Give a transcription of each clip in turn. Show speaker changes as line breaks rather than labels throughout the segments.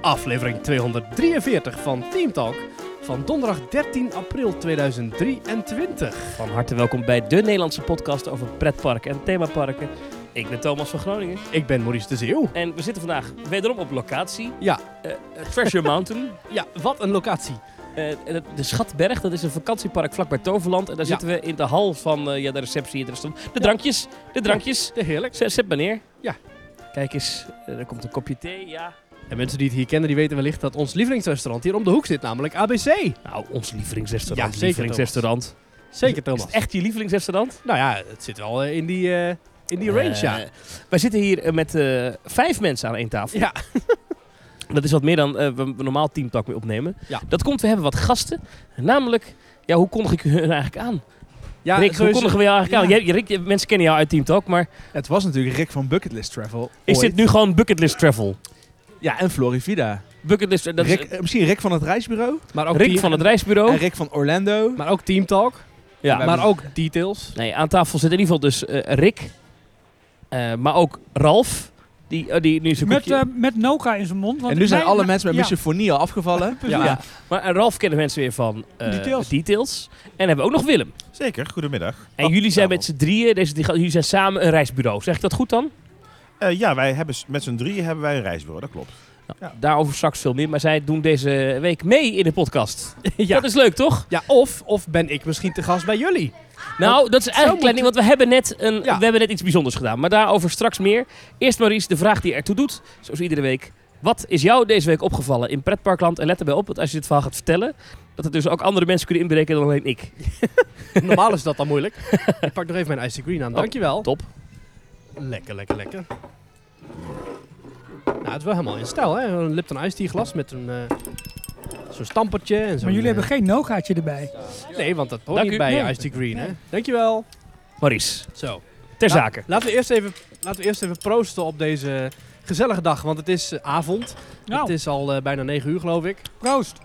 aflevering 243 van Team Talk van donderdag 13 april 2023.
Van harte welkom bij de Nederlandse podcast over pretparken en themaparken. Ik ben Thomas van Groningen
Ik ben Maurice de Zeeuw.
en we zitten vandaag wederom op locatie.
Ja.
Eh, eh, Treasure Mountain.
Ja, wat een locatie.
Eh, en het- de Schatberg, dat is een vakantiepark vlakbij Toverland. En daar
Ja.
zitten we in de hal van eh, ja, de receptie. Het restaurant. De drankjes, de drankjes.
Ja, Heerlijk.
Zet, zet maar neer.
Ja.
Kijk eens, eh, er komt een kopje thee, ja.
En mensen die het hier kennen, die weten wellicht dat ons lievelingsrestaurant hier om de hoek zit, namelijk ABC.
Nou, ons lievelingsrestaurant.
Ja, zeker,
lievelingsrestaurant.
Zeker,
Is
Thomas.
het echt je lievelingsrestaurant?
Nou ja, het zit wel eh, in die, eh, in die range, ja.
Eh, wij zitten hier eh, met eh, vijf mensen aan één tafel.
Ja.
Dat is wat meer dan eh, we we normaal teamtak mee opnemen.
Ja.
Dat komt, we hebben wat gasten. Namelijk, ja, hoe kondig ik hun nou eigenlijk aan?
ja
Rick,
zo
hoe
is-
kondigen we jou eigenlijk
ja.
aan? Jij- Rick, je- mensen kennen jou uit teamtalk, maar
Het was natuurlijk Rick van Bucketlist Travel.
is
ooit.
dit nu gewoon bucketlist travel?
Ja, en Florivida.
Bucketlist, eh, dat
Rick,
is
eh, misschien Rick van het reisbureau.
maar
eh,
ook
Rick
team-
van het reisbureau.
En Rick van Orlando.
Maar ook Team Talk,
ja.
wij-
maar ook Details.
Nee, aan tafel zit in ieder geval dus eh, Rick, eh, maar ook Ralf. Die, eh, die nu zijn
Met,
kopje-
eh, met Noka in zijn mond. Want
en nu zijn
mijn-
alle mensen met
ja.
misofonie al afgevallen.
Ja.
Ja. Maar eh, Ralf kennen mensen weer van eh,
Details.
details. En hebben we ook nog Willem.
Zeker, goedemiddag.
En
Oh,
jullie zijn met
avond.
z'n drieën, deze, die, jullie zijn samen een reisbureau. Zeg ik dat goed dan?
Eh, ja, wij hebben s- met z'n drieën hebben wij een reisbureau, dat klopt. Ja.
Daarover straks veel meer. Maar zij doen deze week mee in de podcast.
ja.
Dat is leuk, toch?
ja, of, of ben ik misschien te gast bij jullie.
Nou, dat is eigenlijk een klein ding, want we hebben, net een,
Ja.
we hebben net iets bijzonders gedaan. Maar daarover straks meer. Eerst Maurice, de vraag die ertoe doet, zoals iedere week. Wat is jou deze week opgevallen in pretparkland? En let erbij op, dat als je dit verhaal gaat vertellen, dat er dus ook andere mensen kunnen inbreken dan alleen ik.
Normaal is dat dan moeilijk. ik pak nog even mijn Icy Green aan,
Oh,
dankjewel.
top.
Lekker, lekker, lekker. Nou, het is wel helemaal in stijl, hè? Een Lipton Ice Tea glas met een... eh, Zo'n stampertje en zo.
Maar jullie hebben geen Nokaatje erbij.
Nee, want dat hoort
Dank
niet
u.
bij
Nee.
Ice Tea Green, hè?
Nee.
Dankjewel.
Maurice,
Zo.
ter
Nou,
zake.
Laten we, eerst even, laten we eerst even proosten op deze gezellige dag, want het is eh, avond. Het
Nou,
is al eh, bijna 9 uur, geloof ik.
proost.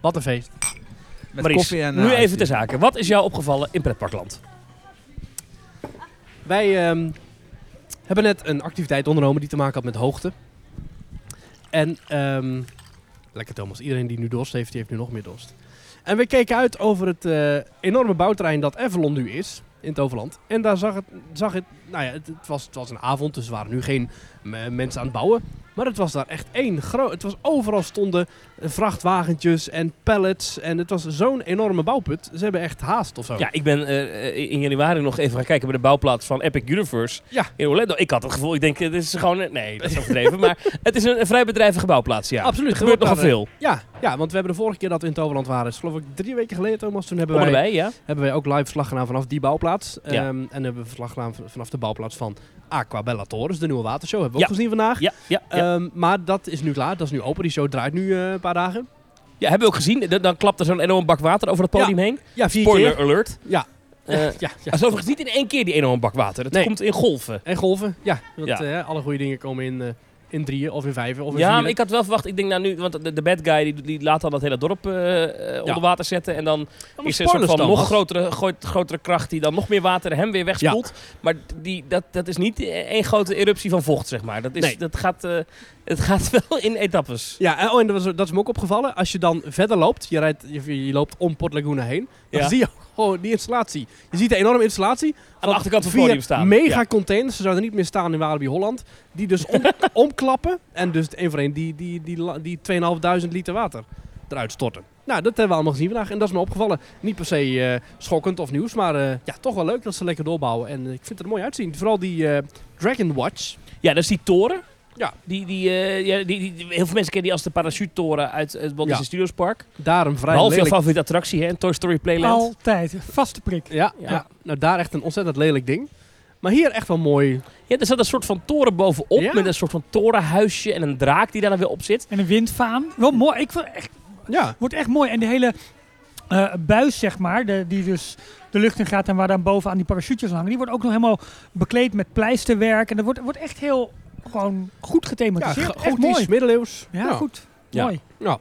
Wat een feest.
Met
Maurice,
koffie en...
nu
eh,
even ter
ijsje.
zake. Wat is jou opgevallen in pretparkland?
Wij ehm, hebben net een activiteit ondernomen die te maken had met hoogte. En, ehm, lekker Thomas, iedereen die nu dorst heeft, die heeft nu nog meer dorst. En we keken uit over het eh, enorme bouwterrein dat Avalon nu is, in Toverland. En daar zag het, zag het nou ja, het, het was, het was een avond, dus er waren nu geen m- mensen aan het bouwen. Maar het was daar echt één groot, het was overal stonden eh, vrachtwagentjes en pallets. En het was zo'n enorme bouwput, ze hebben echt haast of zo.
Ja, ik ben eh, eh, in januari nog even gaan kijken bij de bouwplaats van Epic Universe
Ja.
in Orlando. Ik had het gevoel, ik denk, eh, dit is gewoon... een- Nee, dat is overdreven, maar het is een, een vrij bedrijvige bouwplaats, ja.
Absoluut,
Er gebeurt nogal
daar, eh,
veel.
Ja, ja, want we hebben de vorige keer dat we in Toverland waren, is geloof ik drie weken geleden, Thomas. Toen hebben
Om
wij,
erbij, ja.
hebben wij ook live verslag gedaan vanaf die bouwplaats.
Ja.
Ehm, en hebben we verslag gedaan van- vanaf de bouwplaats van Aquabella Torres, de nieuwe watershow. Hebben we
Ja.
ook gezien vandaag.
Ja, ja, ja.
Ehm, maar dat is nu klaar, dat is nu open. Die show draait nu eh, een paar dagen.
ja, hebben we ook gezien. Dan- Dan klapt er zo'n enorm bak water over het podium heen.
Ja, vier
Spoiler
keer.
alert.
Ja.
Eh,
Ja,
dat
ja, ja.
is overigens niet in één keer die enorme bak water. Dat
Nee.
komt in golven.
En golven, ja. Want
Ja.
eh, alle goede dingen komen in, eh, in drieën of in vijven of in
Ja,
vieren.
maar ik had wel verwacht, ik denk nou nu, want de, de bad guy die, die laat dan dat hele dorp eh, eh, onder water zetten. En dan
Allemaal
is er een soort
spoilers,
van nog
Thomas.
grotere, gooit- grotere kracht die dan nog meer water hem weer wegspoelt. Maar die, dat, dat is niet één grote eruptie van vocht, zeg maar. Dat, is,
Nee.
dat gaat, eh, het gaat wel in etappes.
Ja, en, oh, en dat, was, dat is me ook opgevallen. Als je dan verder loopt, je, rijdt, je, je loopt om Port Laguna heen, dan
Ja.
zie je gewoon die installatie. Je ziet de enorme installatie.
Aan de achterkant van het podium staan.
mega
Ja.
containers, ze zouden niet meer staan in Walibi Holland, die dus om- omklappen en dus één voor één die, die, die, la- die, 2.500 liter water eruit storten. Nou, dat hebben we allemaal gezien vandaag en dat is me opgevallen. Niet per se eh, schokkend of nieuws, maar eh, ja, toch wel leuk dat ze lekker doorbouwen. En eh, ik vind het er mooi uitzien. Vooral die eh, Dragon Watch.
Ja, dat is die toren.
Ja.
Die, die, eh, ja, die, die- die- heel veel mensen kennen die als de parachutetoren uit het Walt
Ja.
Disney Studios Park.
Daar een vrij
Behalve jouw
lelijk
favoriete attractie, hè, in Toy Story Playland.
Altijd. Vaste prik.
Ja, ja.
Ja.
nou daar echt een ontzettend lelijk ding. Maar hier echt wel mooi.
Ja, er zat een soort van toren bovenop
Ja.
met een soort van torenhuisje en een draak die daar dan weer op zit.
En een windvaan. Wel mooi. Ik vind echt,
Ja.
wordt echt mooi. En de hele eh, buis, zeg maar, de, die dus de lucht in gaat en waar dan bovenaan die parachutes hangen, die wordt ook nog helemaal bekleed met pleisterwerk. En dat wordt, wordt echt heel gewoon goed
ja
gethematiseerd.
go-
echt
gotisch,
mooi.
middeleeuws.
Ja, goed.
Ja.
Mooi.
Nou,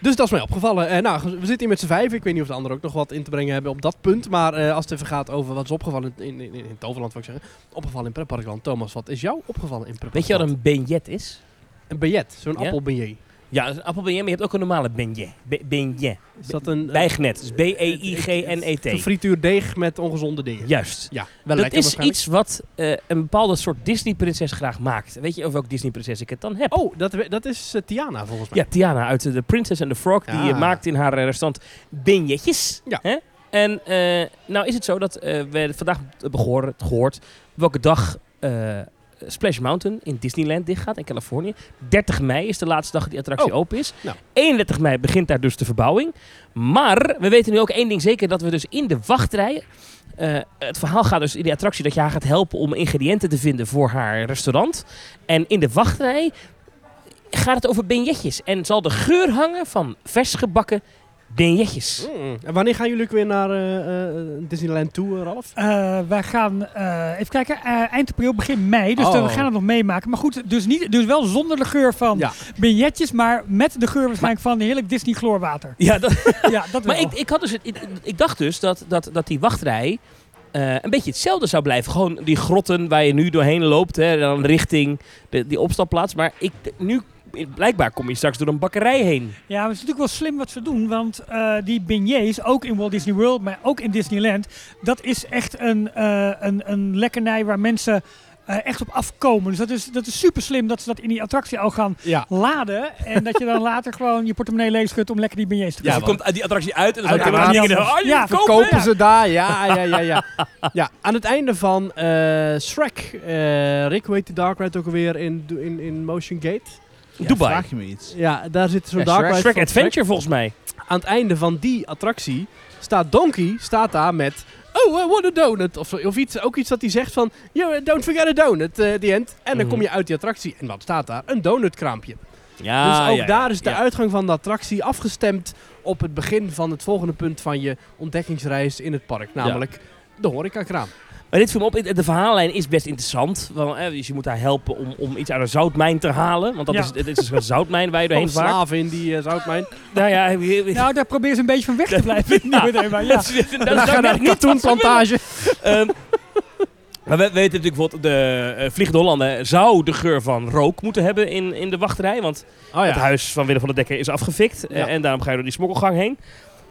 Dus dat is mij opgevallen. Eh, nou, we zitten hier met z'n vijf. Ik weet niet of de anderen ook nog wat in te brengen hebben op dat punt. Maar eh, als het even gaat over wat is opgevallen in, in, in, in Toverland, wil ik zeggen. Opgevallen in pretparkland. Thomas, wat is jou opgevallen in pretparkland?
Weet je wat een beignet is?
Een beignet, zo'n
Ja?
appelbeignet.
Ja, dat is een appelbeignet, maar je hebt ook een normale beignet. Be- beignet.
Is dat een, eh,
Bijgnet. Dus B-E-I-G-N-E-T.
gefrituurdeeg met ongezonde dingen?
Juist.
Ja, wel
Dat
lekker
is
waarschijnlijk.
iets wat eh, een bepaalde soort Disney-prinses graag maakt. Weet je over welke Disney-prinses ik het dan heb?
Oh, dat, we- dat is eh, Tiana volgens mij.
Ja, Tiana uit eh, The Princess and the Frog. Die eh,
Ah.
maakt in haar eh, restaurant beignettes.
Ja.
Hè? En eh, nou is het zo dat eh, we vandaag hebben gehoor- gehoord welke dag eh, Splash Mountain in Disneyland dichtgaat in Californië. 30 mei is de laatste dag dat die attractie open is.
Nou.
31 mei begint daar dus de verbouwing. Maar we weten nu ook één ding zeker, dat we dus in de wachtrij... eh, het verhaal gaat dus in die attractie dat je haar gaat helpen om ingrediënten te vinden voor haar restaurant. En in de wachtrij gaat het over beignettes. En zal de geur hangen van vers gebakken beignettes.
Mm. En wanneer gaan jullie ook weer naar eh, eh, Disneyland toe, eh, Ralf?
Eh, wij gaan, eh, even kijken, eh, eind april, begin mei. Dus
Oh.
dan- we gaan het nog meemaken. Maar goed, dus, niet, dus wel zonder de geur van
Ja.
bignetjes, maar met de geur waarschijnlijk van heerlijk Disney chloorwater.
Ja, dat,
ja, dat
maar
wel.
ik, ik, had dus het, ik, ik dacht dus dat, dat, dat die wachtrij eh, een beetje hetzelfde zou blijven. Gewoon die grotten waar je nu doorheen loopt, hè, dan richting de, die opstapplaats. Maar ik, nu, blijkbaar kom je straks door een bakkerij heen.
Ja, maar het is natuurlijk wel slim wat ze doen. Want eh, die beignets, ook in Walt Disney World, maar ook in Disneyland... dat is echt een, eh, een, een lekkernij waar mensen eh, echt op afkomen. Dus dat is, dat is super slim dat ze dat in die attractie al gaan
Ja.
laden. En dat je dan later gewoon je portemonnee leeg schudt om lekker die beignets te
Ja,
Dus
kopen.
want-
je komt uit die attractie uit en dan
Uiteraard.
zijn dingen. Oh, je
Ja,
moet kopen.
Kopen ze daar, ja, ja, ja, ja. ja aan het einde van eh Shrek, eh, Rick, hoe heet die Dark Ride ook alweer in, in, in Motion Gate?
Ja,
Dubai.
Vraag je me iets?
Ja, daar zit zo'n
Ja,
Dark
Shrek,
Ride
Shrek
van
Adventure volgens mij.
Shrek. Aan het einde van die attractie staat Donkey, staat daar met... Oh, eh, what a donut. Of, zo- of iets, ook iets dat hij zegt van... "Yo, eh, don't forget a donut, eh, the end. En dan
Mhm.
kom je uit die attractie en wat staat daar? Een donutkraampje.
Ja,
dus ook
Ah, ja, ja,
daar is de
ja.
uitgang van de attractie afgestemd op het begin van het volgende punt van je ontdekkingsreis in het park. Namelijk de horecakraam.
Maar dit viel me op. De de verhaallijn is best interessant. Want, eh, dus je moet haar helpen om, om iets uit een zoutmijn te halen. Want dat
Ja.
is, dit is een zoutmijn waar je
Een
doorheen vaart.
slaven in die eh, zoutmijn.
Nou ja, je- je-
Nou, daar probeer ze een beetje van weg te blijven. ja. meteen, maar
Nou,
ja.
dat is- dat is-
Daar
dat
gaan naar
werkt
de
niet.
katoenplantage.
Ehm, maar we we weten natuurlijk bijvoorbeeld, de eh, Vliegende Hollander zou de geur van rook moeten hebben in, in de wachterij. Want
Oh
het huis van Willem van der Dekker is afgefikt. eh,
Ja.
en daarom ga je door die smokkelgang heen.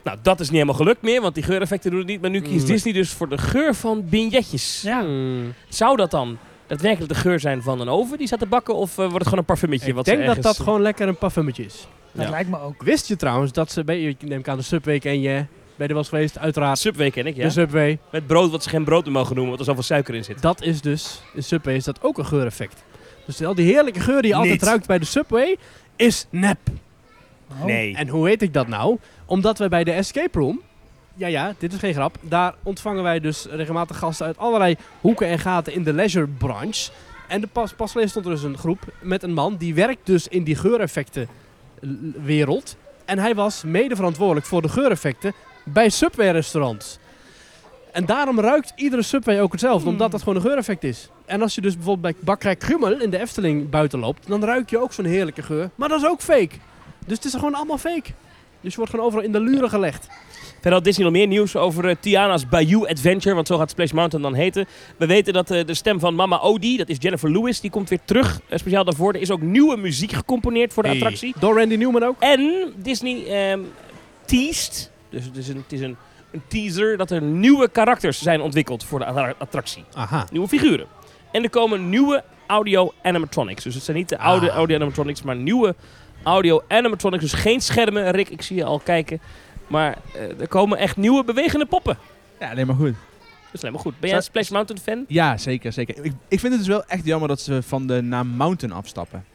Nou, dat is niet helemaal gelukt meer, want die geureffecten doen het niet. Maar nu kiest
Nee.
Disney dus voor de geur van bignetjes.
Ja.
Hmm.
Zou dat dan daadwerkelijk de geur zijn van een oven die staat te bakken? Of eh, wordt het gewoon een parfummetje?
Ik
wat
denk
ze
dat
ergens-
dat gewoon lekker een parfummetje is.
Dat
Ja.
lijkt me ook.
Wist je trouwens dat ze bij, ik neem ik aan de Subway en je bij de was geweest, uiteraard.
Subway ken ik, ja.
De Subway.
Met brood wat ze geen brood meer mogen noemen, want er zoveel suiker in zit.
Dat is dus, in Subway is dat ook een geureffect. Dus al die heerlijke geur die je altijd
Niet.
ruikt bij de Subway, is nep.
Oh.
En hoe weet ik dat nou? Omdat wij bij de escape room, ja ja, dit is geen grap, daar ontvangen wij dus regelmatig gasten uit allerlei hoeken en gaten in de leisure branche. En de pas, pas geleden stond er dus een groep met een man die werkt dus in die geureffecten l- wereld. En hij was mede verantwoordelijk voor de geureffecten bij Subway restaurants. En daarom ruikt iedere Subway ook hetzelfde,
Hmm.
omdat dat gewoon een geureffect is. En als je dus bijvoorbeeld bij Bakkerij Krummel in de Efteling buiten loopt, dan ruik je ook zo'n heerlijke geur. Maar dat is ook fake. Dus het is gewoon allemaal fake. Dus je wordt gewoon overal in de luren gelegd.
Verder had Disney nog meer nieuws over eh, Tiana's Bayou Adventure, want zo gaat Splash Mountain dan heten. We weten dat eh, de stem van Mama Odie, dat is Jennifer Lewis, die komt weer terug. eh, speciaal daarvoor. Er is ook nieuwe muziek gecomponeerd voor de attractie.
Door Randy Newman ook.
En Disney ehm teased, dus het is, een, het is een, een teaser, dat er nieuwe karakters zijn ontwikkeld voor de attra- attractie.
Aha.
nieuwe figuren. En er komen nieuwe audio animatronics. Dus het zijn niet de oude
Ah.
audio animatronics, maar nieuwe audio animatronics. Dus geen schermen. Rick, ik zie je al kijken. Maar eh, er komen echt nieuwe bewegende poppen.
Ja, nee, maar goed.
Dat is helemaal goed. Ben jij een Splash Mountain fan?
Ja, zeker, zeker. Ik, ik vind het dus wel echt jammer dat ze van de naam Mountain afstappen.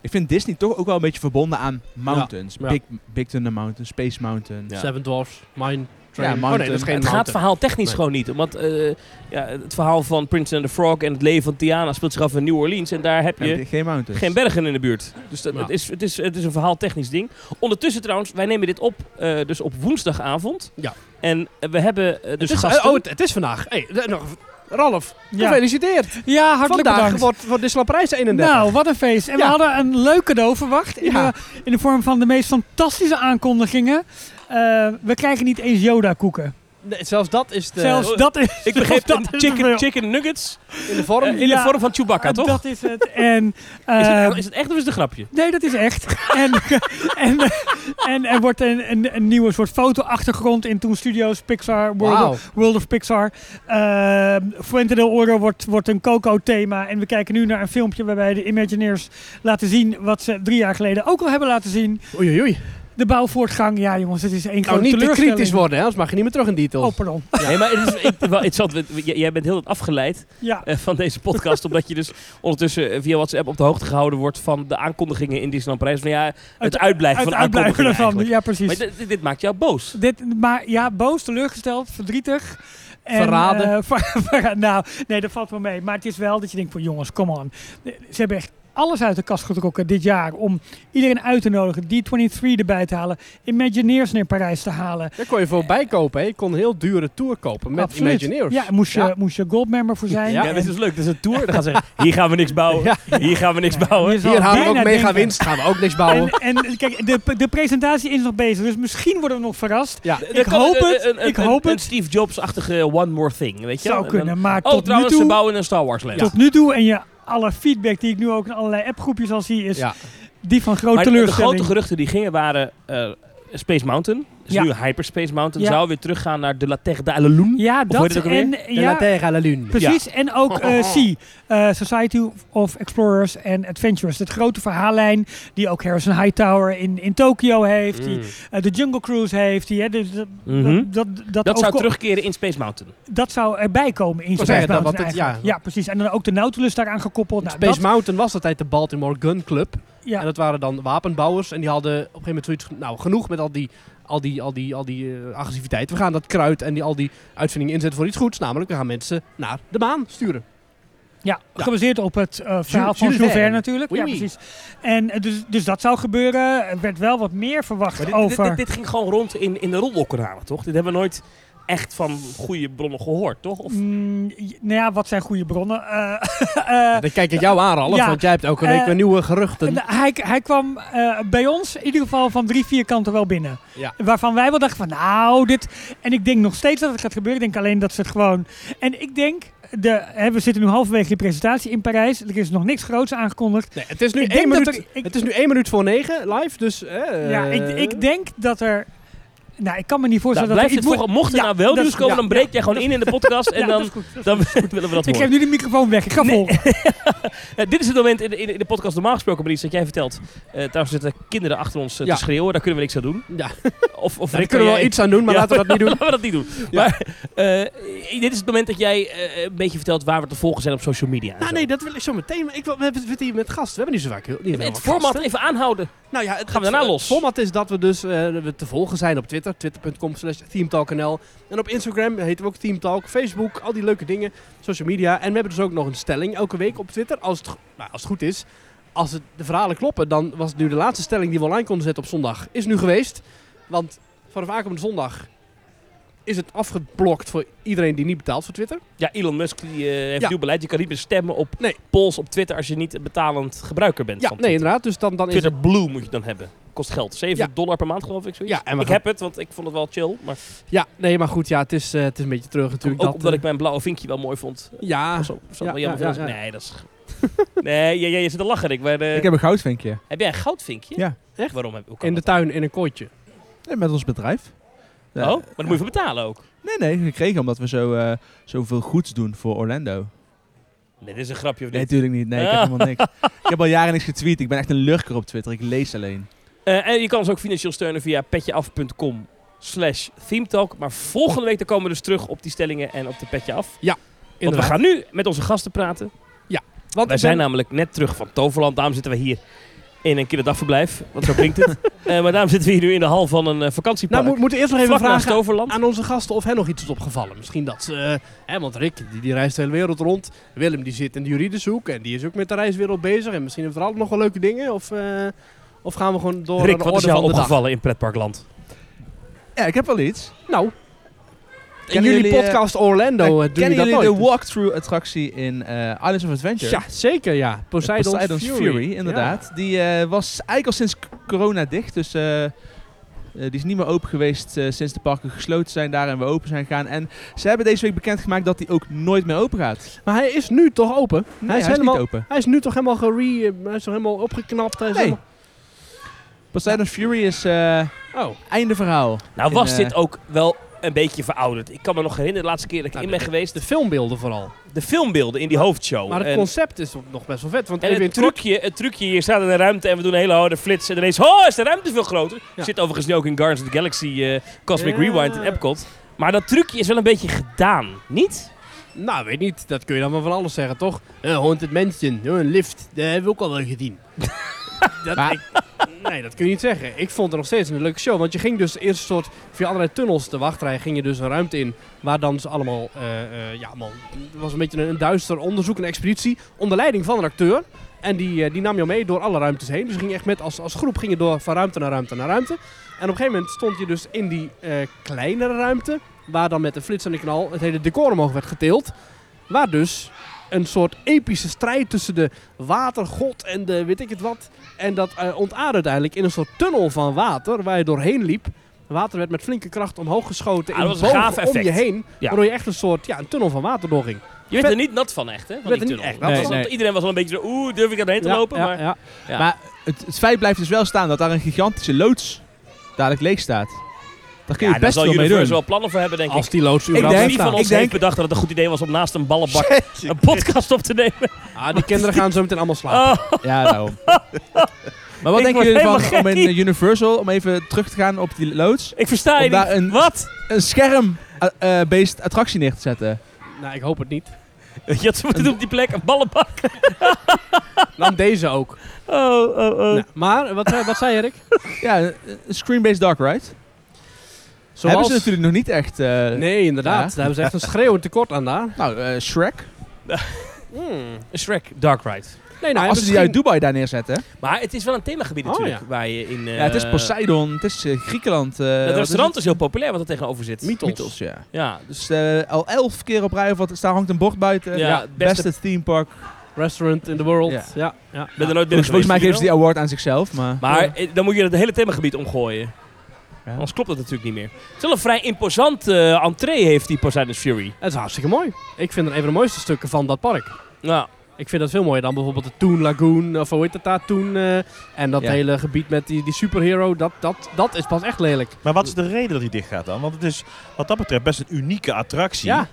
Ik vind Disney toch ook wel een beetje verbonden aan mountains.
Ja.
Big, Big Thunder Mountain, Space Mountain.
Ja.
Seven Dwarfs, Mine Train. Oh
Ja,
nee, dat is
Mountain.
geen
het gaat
mountain.
verhaal technisch
Nee.
gewoon niet. Want eh, ja, het verhaal van Prince and the Frog en het leven van Tiana speelt zich af in New Orleans. En daar heb je
En geen mountains.
geen bergen in de buurt. Dus dat,
Ja.
het, is, het, is, het is een verhaal technisch ding. Ondertussen trouwens, wij nemen dit op eh, dus op woensdagavond.
Ja.
En eh, we hebben eh, dus
het is,
gasten.
oh,
oh, het, het is vandaag. Hey, d- nog, Ralf,
Ja,
gefeliciteerd.
ja hartelijk
Vandaag
bedankt.
wordt voor Disneyland Prijs 31.
Nou, wat een feest. En
Ja.
we hadden een leuk cadeau verwacht. In,
Ja.
de, in de vorm van de meest fantastische aankondigingen. Eh, we krijgen niet eens Yoda-koeken.
Nee, zelfs dat is de,
Zelfs dat is
Oh, Ik begreep
dat
dat
is te
chicken,
veel.
chicken nuggets
in de vorm.
eh, in
Ja.
de vorm van Chewbacca, toch?
Dat is het. En,
is,
eh,
het, nou- is het echt of is het een grapje?
Nee, dat is echt. en, en, en er wordt een, een, een nieuwe soort foto-achtergrond in Toon Studios, Pixar, World,
Wauw.
of, World of Pixar. Eh, Fuente del Oro wordt, wordt een Coco-thema. En we kijken nu naar een filmpje waarbij de Imagineers laten zien wat ze drie jaar geleden ook al hebben laten zien.
Oei, oei, oei.
De bouwvoortgang. Ja, jongens, het is één
Nou,
grote
niet te
teleurstelling.
kritisch worden, hè, anders mag je niet meer terug in details.
Oh, pardon.
Nee, maar het is, ik, wel, het zat, j- jij bent heel wat afgeleid
Ja.
eh, van deze podcast. omdat je dus ondertussen eh, via WhatsApp op de hoogte gehouden wordt van de aankondigingen in Disneyland Prijs. Van ja, het, uitblijven
Het
van
uitblijven
aankondigingen
ervan.
eigenlijk.
Ja, precies.
Maar dit, dit maakt jou boos.
Dit, maar ja, boos, teleurgesteld, verdrietig. En,
Verraden.
eh, ver- verra- nou, nee, dat valt wel mee. Maar het is wel dat je denkt van jongens, come on. Ze hebben echt alles uit de kast getrokken dit jaar om iedereen uit te nodigen. D23 erbij te halen. Imagineers naar Parijs te halen.
Daar kon je voorbij kopen. Hè. Je kon een heel dure tour kopen met
Absoluut.
Imagineers.
Ja, moest je,
Ja.
Moest je goldmember voor zijn.
Ja,
Ja,
En-
dit is leuk. Dit is een tour. Dan gaan ze zeggen, hier gaan we niks bouwen. Hier gaan we niks
Ja,
bouwen.
je zal
Hier halen we ook
bijna
mega
denken.
winst. Gaan we ook niks bouwen.
En, en kijk, de, de presentatie is nog bezig, dus misschien worden we nog verrast.
ja.
Dan
Ik
kan
hoop
een-
het,
een- een-
ik hoop
een-
het.
Een Steve Jobs-achtige One More Thing, weet je wel?
Zou
En dan-
kunnen, maar
Oh,
tot nu
trouwens,
toe...
ze bouwen een Star Wars land.
Tot nu toe en je alle feedback die ik nu ook in allerlei appgroepjes al zie, is
Ja.
die van grote
Maar de- de
teleurstelling.
grote geruchten die gingen waren eh, Space Mountain. Dus
Ja.
nu Hyperspace Mountain.
Ja.
Zou weer teruggaan naar de La Terre d'Aleloun.
ja,
hoe heet
dat
het ook alweer?
en
De La
ja,
Terre à la Lune.
precies. En ook eh Sea, eh, Society of Explorers and Adventurers. Het grote verhaallijn die ook Harrison Hightower in, in Tokio heeft, die eh, de Jungle Cruise heeft. Die, hè, dus dat,
Mm. Mhm.
dat, dat, dat,
Dat zou
overko-
terugkeren in Space Mountain.
dat zou erbij komen in
wou
Space
zeggen, dat-
Mountain
want het-
eigenlijk. ja. precies. En dan ook de Nautilus daaraan gekoppeld. Nou,
Space
dat-
Mountain was altijd de Baltimore Gun Club.
ja.
En dat waren dan wapenbouwers. En die hadden op een gegeven moment zoiets... ge- Nou, genoeg met al die, al die, al die, al die eh, agressiviteit. We gaan dat kruid en die, al die uitvindingen inzetten voor iets goeds. Namelijk, we gaan mensen naar de maan sturen.
Ja,
Ja.
gebaseerd op het eh, verhaal
Jules
van Jules Verne
Verne.
natuurlijk.
Oui,
ja,
oui.
precies. En eh, dus, dus dat zou gebeuren. Er werd wel wat meer verwacht
Maar dit, dit,
over.
dit, dit ging gewoon rond in, in de roddelkanalen, toch? Dit hebben we nooit echt van goede bronnen gehoord, toch? Of,
Mm, j- nou ja, wat zijn goede bronnen? Eh, eh,
Dan kijk ik jou aan, Ralf.
Ja.
Want jij hebt elke week
Eh,
weer nieuwe geruchten.
nou, hij, hij kwam eh, bij ons in ieder geval van drie, vier kanten wel binnen.
Ja.
Waarvan wij wel dachten van nou, dit... En ik denk nog steeds dat het gaat gebeuren. Ik denk alleen dat ze het gewoon... En ik denk, de, hè, we zitten nu halverwege die presentatie in Parijs. Er is nog niks groots aangekondigd.
Nee, het, is nu
ik denk
één
dat
minuut,
er- ik-
het is nu één minuut voor negen live. Dus... eh,
ja, ik, ik denk dat er... Nou, ik kan me niet
nou,
voorstellen dat
blijft
er
het
iets mo-
volgen. Mocht er
Ja,
nou wel
dat-
nieuws komen,
ja,
dan breek jij gewoon in in de podcast. En
Ja,
dan,
dat is goed.
dan willen we dat
Ik
horen.
geef nu de microfoon weg. Ik ga
Nee.
vol.
Eh, dit is het moment in de, in de- in de podcast normaal gesproken, Maries, dat jij vertelt. eh, trouwens zitten kinderen achter ons eh,
Ja.
te schreeuwen, daar kunnen we niks aan doen.
Ja,
Of, of
daar kunnen we
Rick, kan
wel
jij-
iets aan doen, maar
Ja.
laten we dat niet doen.
Laten we dat niet doen.
Ja.
Maar eh, dit is het moment dat jij eh, een beetje vertelt waar we te volgen zijn op social media. en
Nou
zo.
nee, dat wil ik zo meteen. maar Ik wil, we hebben het hier met gasten. We hebben niet zo vaak heel, niet
het
helemaal
format
gasten.
even aanhouden.
Nou ja, het,
Gaan we
het-
daarna
het
los.
format is dat we dus eh, we te volgen zijn op Twitter. Twitter.com slash teamtalknl. En op Instagram heten we ook Teamtalk. Facebook, al die leuke dingen. Social media. En we hebben dus ook nog een stelling elke week op Twitter. Als het, go- nou, als het goed is. Als het, de verhalen kloppen, dan was het nu de laatste stelling die we online konden zetten op zondag. Is nu geweest. Want vanaf aankomende zondag is het afgeblokt voor iedereen die niet betaalt voor Twitter.
Ja, Elon Musk die, eh, heeft
Ja.
nieuw beleid. Je kan niet meer stemmen op
Nee.
polls op Twitter als je niet een betalend gebruiker bent.
Ja,
van
nee,
Twitter.
inderdaad. Dus dan, dan is het...
Twitter Blue moet je dan hebben. Kost geld. 7
Ja.
dollar per maand geloof ik. Zoiets.
Ja, en we
ik
gaan-
heb het, want ik vond het wel chill. Maar
Ja, nee, maar goed. Ja, het is, eh, het is een beetje terug
ook
natuurlijk. dat,
omdat
eh,
ik mijn blauwe vinkje wel mooi vond.
Ah,
Ja,
Zo, zo
ja,
wel jammer
ja,
voor-
ja, ja.
Nee, dat is... nee, jij, jij, jij zit te lachen, Rick. Maar, eh,
Ik heb een goudvinkje.
heb jij een goudvinkje?
Ja.
Echt?
Waarom heb hoe kan
in de
dat?
tuin in een kooitje.
Nee, met ons bedrijf. Ja.
Oh, maar dan moet je voor betalen ook.
Nee, nee, we kregen omdat we zo, eh, zoveel goeds doen voor Orlando.
Nee, dit is een grapje of
Nee,
niet?
natuurlijk niet. Nee, ik heb
Ah.
helemaal niks. Ik heb al jaren niks getweet. Ik ben echt een lurker op Twitter. Ik lees alleen.
Eh, en je kan ons ook financieel steunen via petjeaf.com slash themetalk. Maar volgende week dan komen we dus terug op die stellingen en op de petje af. Want we
Inderdaad.
gaan nu met onze gasten praten.
Want
Wij
ik ben-
zijn namelijk net terug van Toverland. Daarom zitten we hier in een kinderdagverblijf. Want zo klinkt het. Eh, maar daarom zitten we hier nu in de hal van een eh, vakantiepark.
Nou, moet, moeten we eerst nog even
Vlak naast
vragen
Toverland.
aan onze gasten of hen nog iets is opgevallen. Misschien dat ze... eh, hè, want Rick, die, die reist de hele wereld rond. Willem, die zit in de juridische hoek. En die is ook met de reiswereld bezig. En misschien heeft er altijd nog wel leuke dingen. Of, eh, of gaan we gewoon door
Rick,
naar de
wat is
orde
jou
van de dag?
opgevallen in pretparkland?
Ja, ik heb wel iets.
Nou, In
Kennen
jullie,
jullie, eh,
podcast Orlando eh, doen
Kennen
jullie dat
jullie de
nooit.
walkthrough attractie in eh, Islands of Adventure?
ja, zeker ja. Poseidon's,
Eh, Poseidon's Fury, inderdaad. Die eh, was eigenlijk al sinds c- corona dicht. Dus eh, eh, die is niet meer open geweest eh, sinds de parken gesloten zijn daar en we open zijn gegaan. En ze hebben deze week bekendgemaakt dat die ook nooit meer open gaat.
Ja. Maar hij is nu toch open?
Nee,
hij is
niet
helemaal...
open.
Hij is nu toch helemaal gere... eh, Hij is toch helemaal opgeknapt? Hij is
Nee.
helemaal-
Poseidon's Fury is eh,
Oh.
einde verhaal.
Nou
In,
was
eh,
dit ook wel een beetje verouderd. Ik kan me nog herinneren, de laatste keer dat ik
Nou,
in ben
de-
geweest,
De
de,
filmbeelden vooral.
de filmbeelden in die hoofdshow.
Maar het
Oh, en,
concept is nog best wel vet. Want
en
Edwin
het,
Trok-
trucje, het trucje, hier staat in een ruimte en we doen een hele harde flits. En ineens, oh, is de ruimte veel groter.
Ja.
Zit overigens nu ook in Guardians of the Galaxy eh, Cosmic
Ja.
Rewind in Epcot. Maar dat trucje is wel een beetje gedaan, niet?
Nou, weet niet. Dat kun je dan wel van alles zeggen, toch? Eh, Haunted Mansion, eh, een lift. Dat hebben we ook al wel gezien. dat,
Maar-
ik- nee, dat kun je niet zeggen. Ik vond het nog steeds een leuke show. Want je ging dus eerst een soort... Via allerlei tunnels de wachtrij ging je dus een ruimte in... Waar dan ze allemaal... eh, eh, ja, allemaal... Het was een beetje een, een duister onderzoek, een expeditie. Onder leiding van een acteur. En die, eh, die nam je mee door alle ruimtes heen. Dus je ging echt met als, als groep ging je door van ruimte naar ruimte naar ruimte. En op een gegeven moment stond je dus in die eh, kleinere ruimte. Waar dan met de flits en de knal het hele decor omhoog werd geteeld. Waar dus een soort epische strijd tussen de watergod en de weet ik het wat. En dat eh ontaarde uiteindelijk in een soort tunnel van water waar je doorheen liep. Water werd met flinke kracht omhoog geschoten
Ah,
in
dat was een
bogen
gaaf
om je
effect.
heen.
Ja.
Waardoor je echt een soort ja, een tunnel van water doorging.
Je werd
Vet-
er niet nat van echt, hè? Van
werd
die
er niet
tunnel.
echt
Dat
nat
was
van.
al- Iedereen was al een beetje zo, oeh, durf ik daarheen te
Ja,
lopen?
ja,
maar
ja.
Ja.
Maar het, het feit blijft dus wel staan dat daar een gigantische loods dadelijk leeg staat. Daar kun je
Ja, daar
best
zal
veel mee doen.
Universal wel plannen voor hebben, denk ik.
Als die loods
Ik
überhaupt
denk,
denk-
wie van ons
ik denk-
heeft bedacht dat het een goed idee was om naast een ballenbak een podcast op te nemen?
Ah, die kinderen gaan zo meteen allemaal slapen.
Oh,
Ja, nou. daarom.
Ik
maar wat denken
word
jullie ervan
helemaal
om in
gek.
eh, Universal, om even terug te gaan op die loods,
ik versta je
om daar
niet.
een,
Wat?
een scherm-based attractie neer te zetten?
Nou, ik hoop het niet.
Je had zo moeten doen op die plek, een ballenbak.
Dan deze ook.
Oh, oh, oh.
Nou, maar, wat, zei- wat zei Erik?
Ja, een een screen-based dark ride. Hebben ze natuurlijk nog niet echt. eh,
Nee, inderdaad.
Ja.
Daar hebben ze echt een schreeuwend tekort aan daar.
Nou, eh, Shrek.
Een Shrek Dark Ride.
Nee, nou,
Als ze die uit Dubai daar neerzetten.
Maar het is wel een themagebied
Oh,
natuurlijk,
ja.
waar je in... eh,
ja, het is Poseidon, het is eh, Griekenland. eh, wat
Het
is
restaurant is, heel populair wat er tegenover zit.
Mythos.
Mythos, ja.
Ja, dus
Dus eh, al elf keer op rij of wat, daar hangt een bord buiten.
Ja,
beste,
beste-
theme park.
Restaurant in the world.
Ja.
Ja. ja, ja.
ik ben er nooit binnen
Dus volgens mij
geweest,
geven ze die award aan zichzelf, maar...
Maar eh, dan moet je het hele themagebied omgooien.
Ja.
Anders klopt dat natuurlijk niet meer. Het is wel een vrij imposante eh, entree heeft die Poseidon's Fury.
Het is hartstikke mooi. Ik vind het een van de mooiste stukken van dat park.
Nou,
Ik vind dat veel mooier dan bijvoorbeeld de Toon Lagoon, of hoe heet dat daar, Toon. eh, en dat
Ja.
hele gebied met die, die superhero, dat, dat, dat is pas echt lelijk.
Maar wat is de reden dat hij dicht gaat dan? Want het is wat dat betreft best een unieke attractie.
Ja.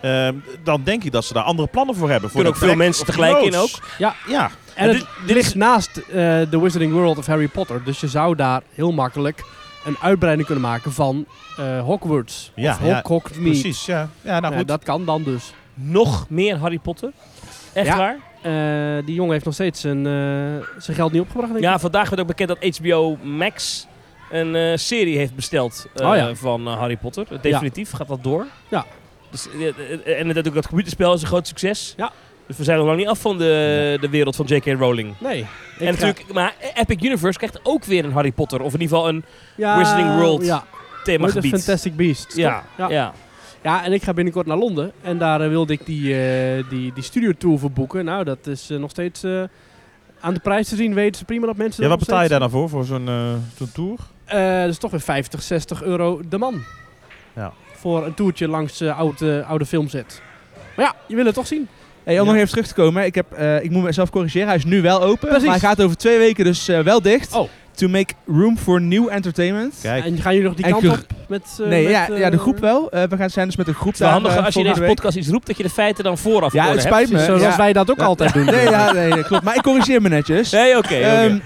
Ehm, dan denk ik dat ze daar andere plannen voor hebben. Voor
Kunnen
de
ook veel
plek
mensen
of die
tegelijk in
loods.
Ja.
ja.
En het
Maar dit-
dit,
dit
ligt
is-
naast eh, The Wizarding World of Harry Potter. Dus je zou daar heel makkelijk een uitbreiding kunnen maken van eh, Hogwarts.
Ja,
of Hog,
ja,
Hogmeade.
Precies, ja. Ja, nou
Ja,
goed.
dat kan dan dus.
nog meer Harry Potter. Echt
Ja.
waar?
Eh, die jongen heeft nog steeds zijn, eh, zijn geld niet opgebracht, denk ik.
Ja, vandaag werd ook bekend dat HBO Max een eh, serie heeft besteld eh,
Oh ja.
van eh, Harry Potter. Definitief gaat dat door.
Ja.
Dus, eh, eh, eh, en natuurlijk dat computerspel is een groot succes.
Ja.
Dus we zijn nog lang niet af van de, de wereld van J.K. Rowling.
Nee. ik ga-
en natuurlijk, maar E- Epic Universe krijgt ook weer een Harry Potter. Of in ieder geval een
ja,
Wizarding World
Ja, met de
themagebied.
Fantastic Beasts.
Ja, ja.
Ja. Ja, en ik ga binnenkort naar Londen. En daar eh, wilde ik die, eh, die, die studio tour voor boeken. Nou, dat is eh, nog steeds eh, aan de prijs te zien. Weten ze prima dat mensen...
Ja, wat
dat nog
betaal je daar dan
steeds-
voor, voor zo'n eh, zo'n tour?
Eh, dat is toch weer 50, 60 euro de man.
Ja.
Voor een toertje langs eh oude, oude filmset. Maar ja, je wil het toch zien.
Hey, om
Ja.
nog even terug te komen, ik, heb, eh, ik moet mezelf corrigeren. Hij is nu wel open,
Precies.
maar hij gaat over twee weken dus eh, wel dicht.
Oh.
To make room for new entertainment.
Kijk,
En gaan jullie nog die
En
kant
cur-
op? Met, eh,
nee,
met,
ja,
eh,
ja, de groep wel. Eh, we gaan zijn dus met een groep
Het is wel
daar,
handig
eh,
als je in
volgende
deze
week.
podcast iets roept dat je de feiten dan vooraf
Ja, het
horen
spijt me.
Precies, zoals
Ja.
wij dat ook
Ja.
altijd doen.
Nee, ja, nee, dat klopt. Maar ik corrigeer me netjes.
hebt. Nee, oké. oké.
Ehm,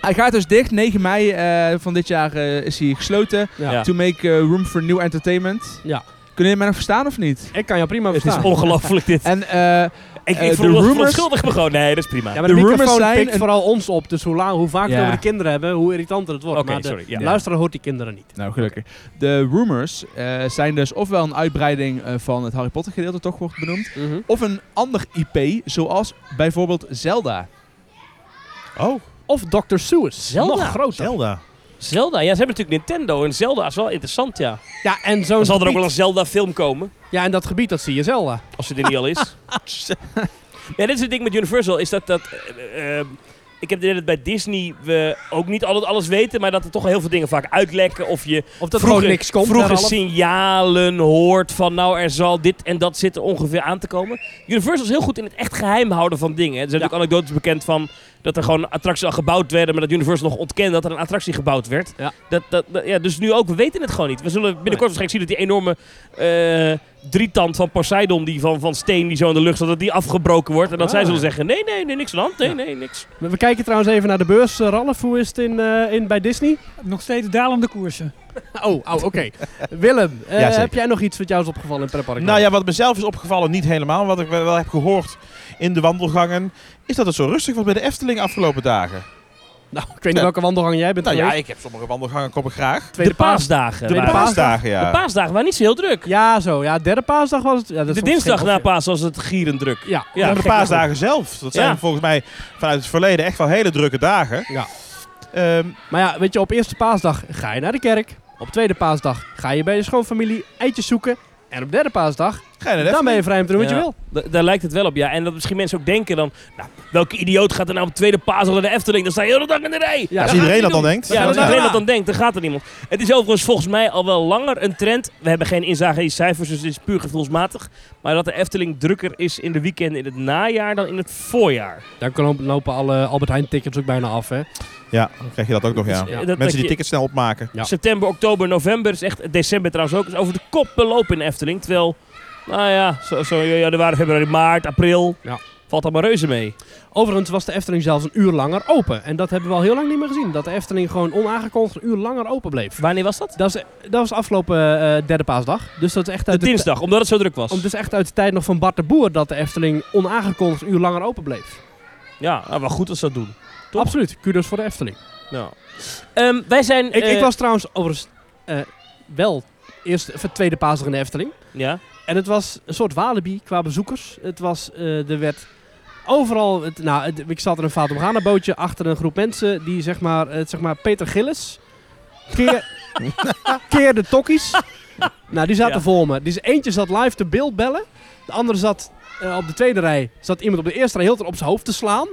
hij gaat dus dicht. 9 mei eh, van dit jaar eh, is hij gesloten.
Ja.
Ja.
To make eh, room for new entertainment.
Ja.
Kunnen jullie mij nog verstaan of niet?
Ik kan jou prima
het is
verstaan.
ongelooflijk dit.
En eh,
ik
eh,
ik
de
verontschuldig
rumors-
me gewoon. Nee, dat is prima.
Ja, maar de,
De rumors
microfoon
zijn
pikt
een-
vooral ons op. Dus hoe, la- hoe vaak we
Ja.
het over de kinderen hebben, hoe irritanter het wordt.
Oké,
maar de
sorry, ja.
de luisteraar hoort die kinderen niet.
Nou, gelukkig. De rumors eh, zijn dus ofwel een uitbreiding eh, van het Harry Potter gedeelte, toch wordt benoemd. Of een ander IP, zoals bijvoorbeeld Zelda.
oh,
Of Dr. Seuss.
Zelda.
Nog groter.
Zelda.
Zelda. Ja, ze hebben natuurlijk Nintendo en Zelda is wel interessant, ja.
Oh,
Ja, en zo'n
Dan zal er ook wel een
gebied-
Zelda-film komen,
Ja, en dat gebied, dat zie je Zelda.
als het er niet al is. Ja, dit is het ding met Universal, is dat... dat eh, eh, ik heb de idee dat bij Disney we ook niet altijd alles weten, maar dat er toch heel veel dingen vaak uitlekken. Of je
Of dat
vroeger-
gewoon niks komt.
vroeger
daar al.
signalen hoort van nou er zal dit en dat zitten ongeveer aan te komen. Universal is heel goed in het echt geheim houden van dingen. hè. Er zijn natuurlijk anekdotes bekend van dat er gewoon attracties al gebouwd werden, maar dat Universal nog ontkende dat er een attractie gebouwd werd.
Ja.
Dat, dat, dat- ja, dus nu ook, we weten het gewoon niet. We zullen binnenkort waarschijnlijk zien dat die enorme eh, drietand van Poseidon, die van, van steen die zo in de lucht zat, dat die afgebroken wordt. En dat
Ah.
zij zullen zeggen, nee, nee, nee, niks aan de hand. Nee,
Ja.
nee, niks.
We we kijken trouwens even naar de beurs. eh, Ralf, hoe is het in, eh, in, bij Disney?
Nog steeds dalende koersen.
Oh, oh oké. Willem, eh,
Ja, zeker.
heb jij nog iets wat jou is opgevallen in pretpark?
Nou ja, wat mezelf is opgevallen, niet helemaal. Wat ik wel heb gehoord in de wandelgangen, is dat het zo rustig was bij de Efteling afgelopen dagen.
Nou, ik weet niet welke wandelgang jij bent
Nou ja,
geweest.
ik heb sommige wandelgangen kom ik graag.
Tweede
de
de
paasdagen.
De
waren-
paas-
paasdagen,
de
ja.
paasdagen waren niet zo heel druk.
Ja, zo. Ja, derde paasdag was het. Ja, dat is
de
soms
dinsdag
geen
na
optie.
paas was het gierend druk.
Ja,
Ja,
ja
de paasdagen zelf. Dat zijn
Ja.
volgens mij vanuit het verleden echt wel hele drukke dagen.
Ja.
Ehm,
Maar ja, weet je, op eerste paasdag ga je naar de kerk. Op tweede paasdag ga je bij je schoonfamilie eitjes zoeken. En op derde paasdag,
ga je naar de
dan ben je
Efteling?
vrij om te doen wat
Ja.
je wil.
Da- daar lijkt het wel op, ja. En dat misschien mensen ook denken dan... Nou, welke idioot gaat er nou op tweede paasdag naar de Efteling? Dan sta je heel de dag in de rij.
Ja,
Als
dat
iedereen dat
gaat
dan
hij
denkt.
Ja, als
Ja.
iedereen dat dan denkt, dan gaat er niemand. Het is overigens volgens mij al wel langer een trend. We hebben geen inzage in die cijfers, dus het is puur gevoelsmatig. Maar dat de Efteling drukker is in de weekenden in het najaar dan in het voorjaar.
Dan kan- lopen alle Albert Heijn tickets ook bijna af, hè.
Ja, dan krijg je dat ook nog, ja.
Dus, eh, dat- dat
Mensen die
je-
tickets snel opmaken.
Ja.
September, oktober, november is echt... December trouwens ook. is over de kop belopen in de Efteling. Terwijl, nou ja, zo, zo, ja, januari, februari, maart, april.
Ja.
Valt allemaal reuze mee.
Overigens was de Efteling zelfs een uur langer open. En dat hebben we al heel lang niet meer gezien. Dat de Efteling gewoon onaangekondigd een uur langer open bleef.
Wanneer was dat?
Dat was, dat was afgelopen eh, derde paasdag. Dus dat is echt
De
uit de, ti-
dinsdag, omdat het zo druk was.
om, dus echt uit de tijd nog van Bart de Boer dat de Efteling onaangekondigd een uur langer open bleef.
Ja,
Ah,
nou, maar goed als ze dat doen. Toch?
Absoluut. Kudos voor de Efteling.
Ja. Ehm, wij zijn...
Ik,
eh,
ik was trouwens overigens eh, wel eerst voor tweede paasdag in de Efteling.
Ja,
En het was een soort Walibi qua bezoekers. Het was, eh er werd overal... Het, nou, het- ik zat in een Fata Morgana bootje achter een groep mensen die zeg maar, het, zeg maar Peter Gillis... Keer, keer de tokkies. Nou, die zaten
Ja.
voor me. Dus eentje zat live te beeldbellen. De andere zat eh, op de tweede rij. Zat iemand op de eerste rij heel te op zijn hoofd te slaan.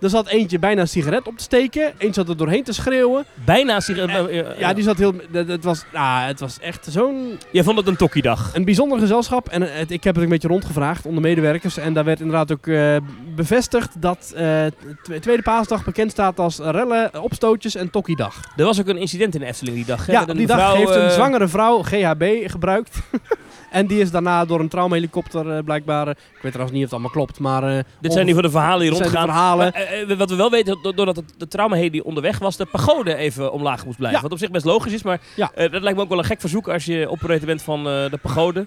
Er zat eentje bijna een sigaret op te steken. Eentje zat er doorheen te schreeuwen.
bijna... Zich, eh, eh, eh,
Ja, die zat heel. dat- Het was, nou, het was echt zo'n
Jij vond het een tokkiedag.
een bijzonder gezelschap. En eh, het, ik heb het een beetje rondgevraagd onder medewerkers. En daar werd inderdaad ook eh, bevestigd dat eh, tw- Tweede Paasdag bekend staat als rellen, eh, opstootjes en tokkiedag.
Er was ook een incident in de Efteling die dag. Hè?
Ja,
Dat een
die dag
vrouw,
heeft een
eh,
zwangere vrouw GHB gebruikt. en die is daarna door een traumahelikopter eh, blijkbaar. eh, ik weet trouwens niet of het allemaal klopt, maar. eh,
Dit zijn nu van de verhalen die
dit zijn de
rondgaan.
verhalen.
wat eh, we wel weten, do- doordat het- de traumaheden die onderweg was, de pagode even omlaag moest blijven.
Ja.
Wat op zich best logisch is, maar
Ja.
eh, dat lijkt me ook wel een gek verzoek als je operator bent van eh, de pagode.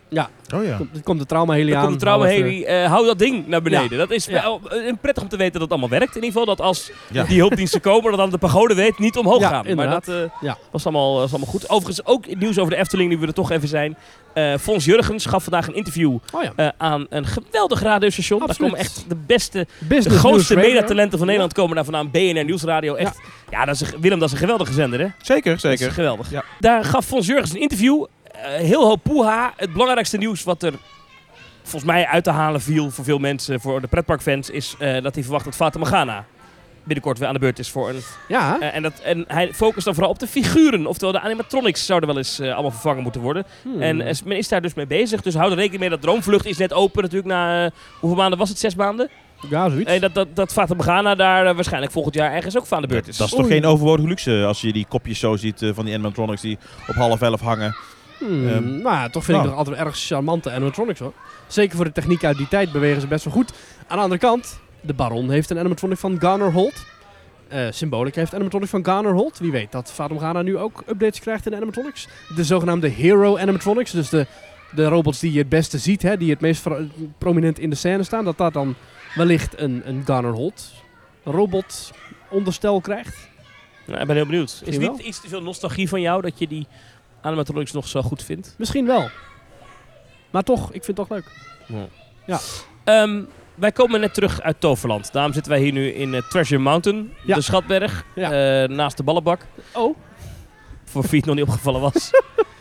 Oh ja.
komt, komt de traumaheli
Dan
aan.
komt de traumaheli, eh hou dat ding naar beneden. Dat is
Ja.
wel, eh, prettig om te weten dat het allemaal werkt. In ieder geval dat als
Ja.
die hulpdiensten komen, dat dan de pagode weet, niet omhoog
Ja,
gaan.
inderdaad.
Maar dat eh,
Ja.
was, allemaal, was allemaal goed. Overigens ook het nieuws over de Efteling, nu we er toch even zijn. Eh Fons Jurgens gaf vandaag een interview
Oh ja,
eh, aan een geweldig radiostation. Daar
Absoluut.
komen echt de beste, de
business.
grootste
News Radio.
mediatalenten van Nederland komen daar vandaan. BNR Nieuwsradio. Echt, ja, dat is een, Willem, dat is een geweldige zender, hè?
Zeker,
Dat is
zeker.
geweldig.
Ja.
Daar gaf Fons Jurgens een interview. Eh, heel hoop poeha. Het belangrijkste nieuws wat er volgens mij uit te halen viel voor veel mensen, voor de pretparkfans, is eh, dat hij verwacht dat Fata Morgana binnenkort weer aan de beurt is voor een...
Ja,
eh, en, dat, en hij focust dan vooral op de figuren. Oftewel, de animatronics zouden wel eens eh, allemaal vervangen moeten worden.
Hmm.
En eh, men is daar dus mee bezig. Dus hou er rekening mee dat Droomvlucht is net open natuurlijk na... eh, hoeveel maanden was het? Zes maanden?
ja, zoiets.
Eh, dat, dat, dat Fata Morgana daar eh, waarschijnlijk volgend jaar ergens ook van aan de beurt is.
Dat is toch
Oei.
geen overbodige luxe als je die kopjes zo ziet eh, van die animatronics die op half elf hangen.
Hmm,
Ehm,
nou ja, toch vind
nou.
ik nog altijd erg charmante animatronics hoor. Zeker voor de techniek uit die tijd bewegen ze best wel goed. Aan de andere kant, de Baron heeft een animatronic van Garner Holt. Eh Symbolic heeft een animatronic van Garner Holt. Wie weet dat Fata Morgana nu ook updates krijgt in de animatronics. De zogenaamde Hero Animatronics, dus de, de robots die je het beste ziet, hè, die het meest ver- prominent in de scène staan, dat daar dan wellicht een, een Garner Holt robot onderstel krijgt.
Nou, ik ben heel benieuwd. Is
Misschien
niet iets te veel nostalgie van jou dat je die animatronics nog zo goed vindt?
Misschien wel. Maar toch, ik vind het toch leuk.
Ehm, wij komen net terug uit Toverland. Daarom zitten wij hier nu in eh, Treasure Mountain,
Ja.
de Schatberg,
Ja.
eh, naast de ballenbak.
Oh,
voor wie het nog niet opgevallen was.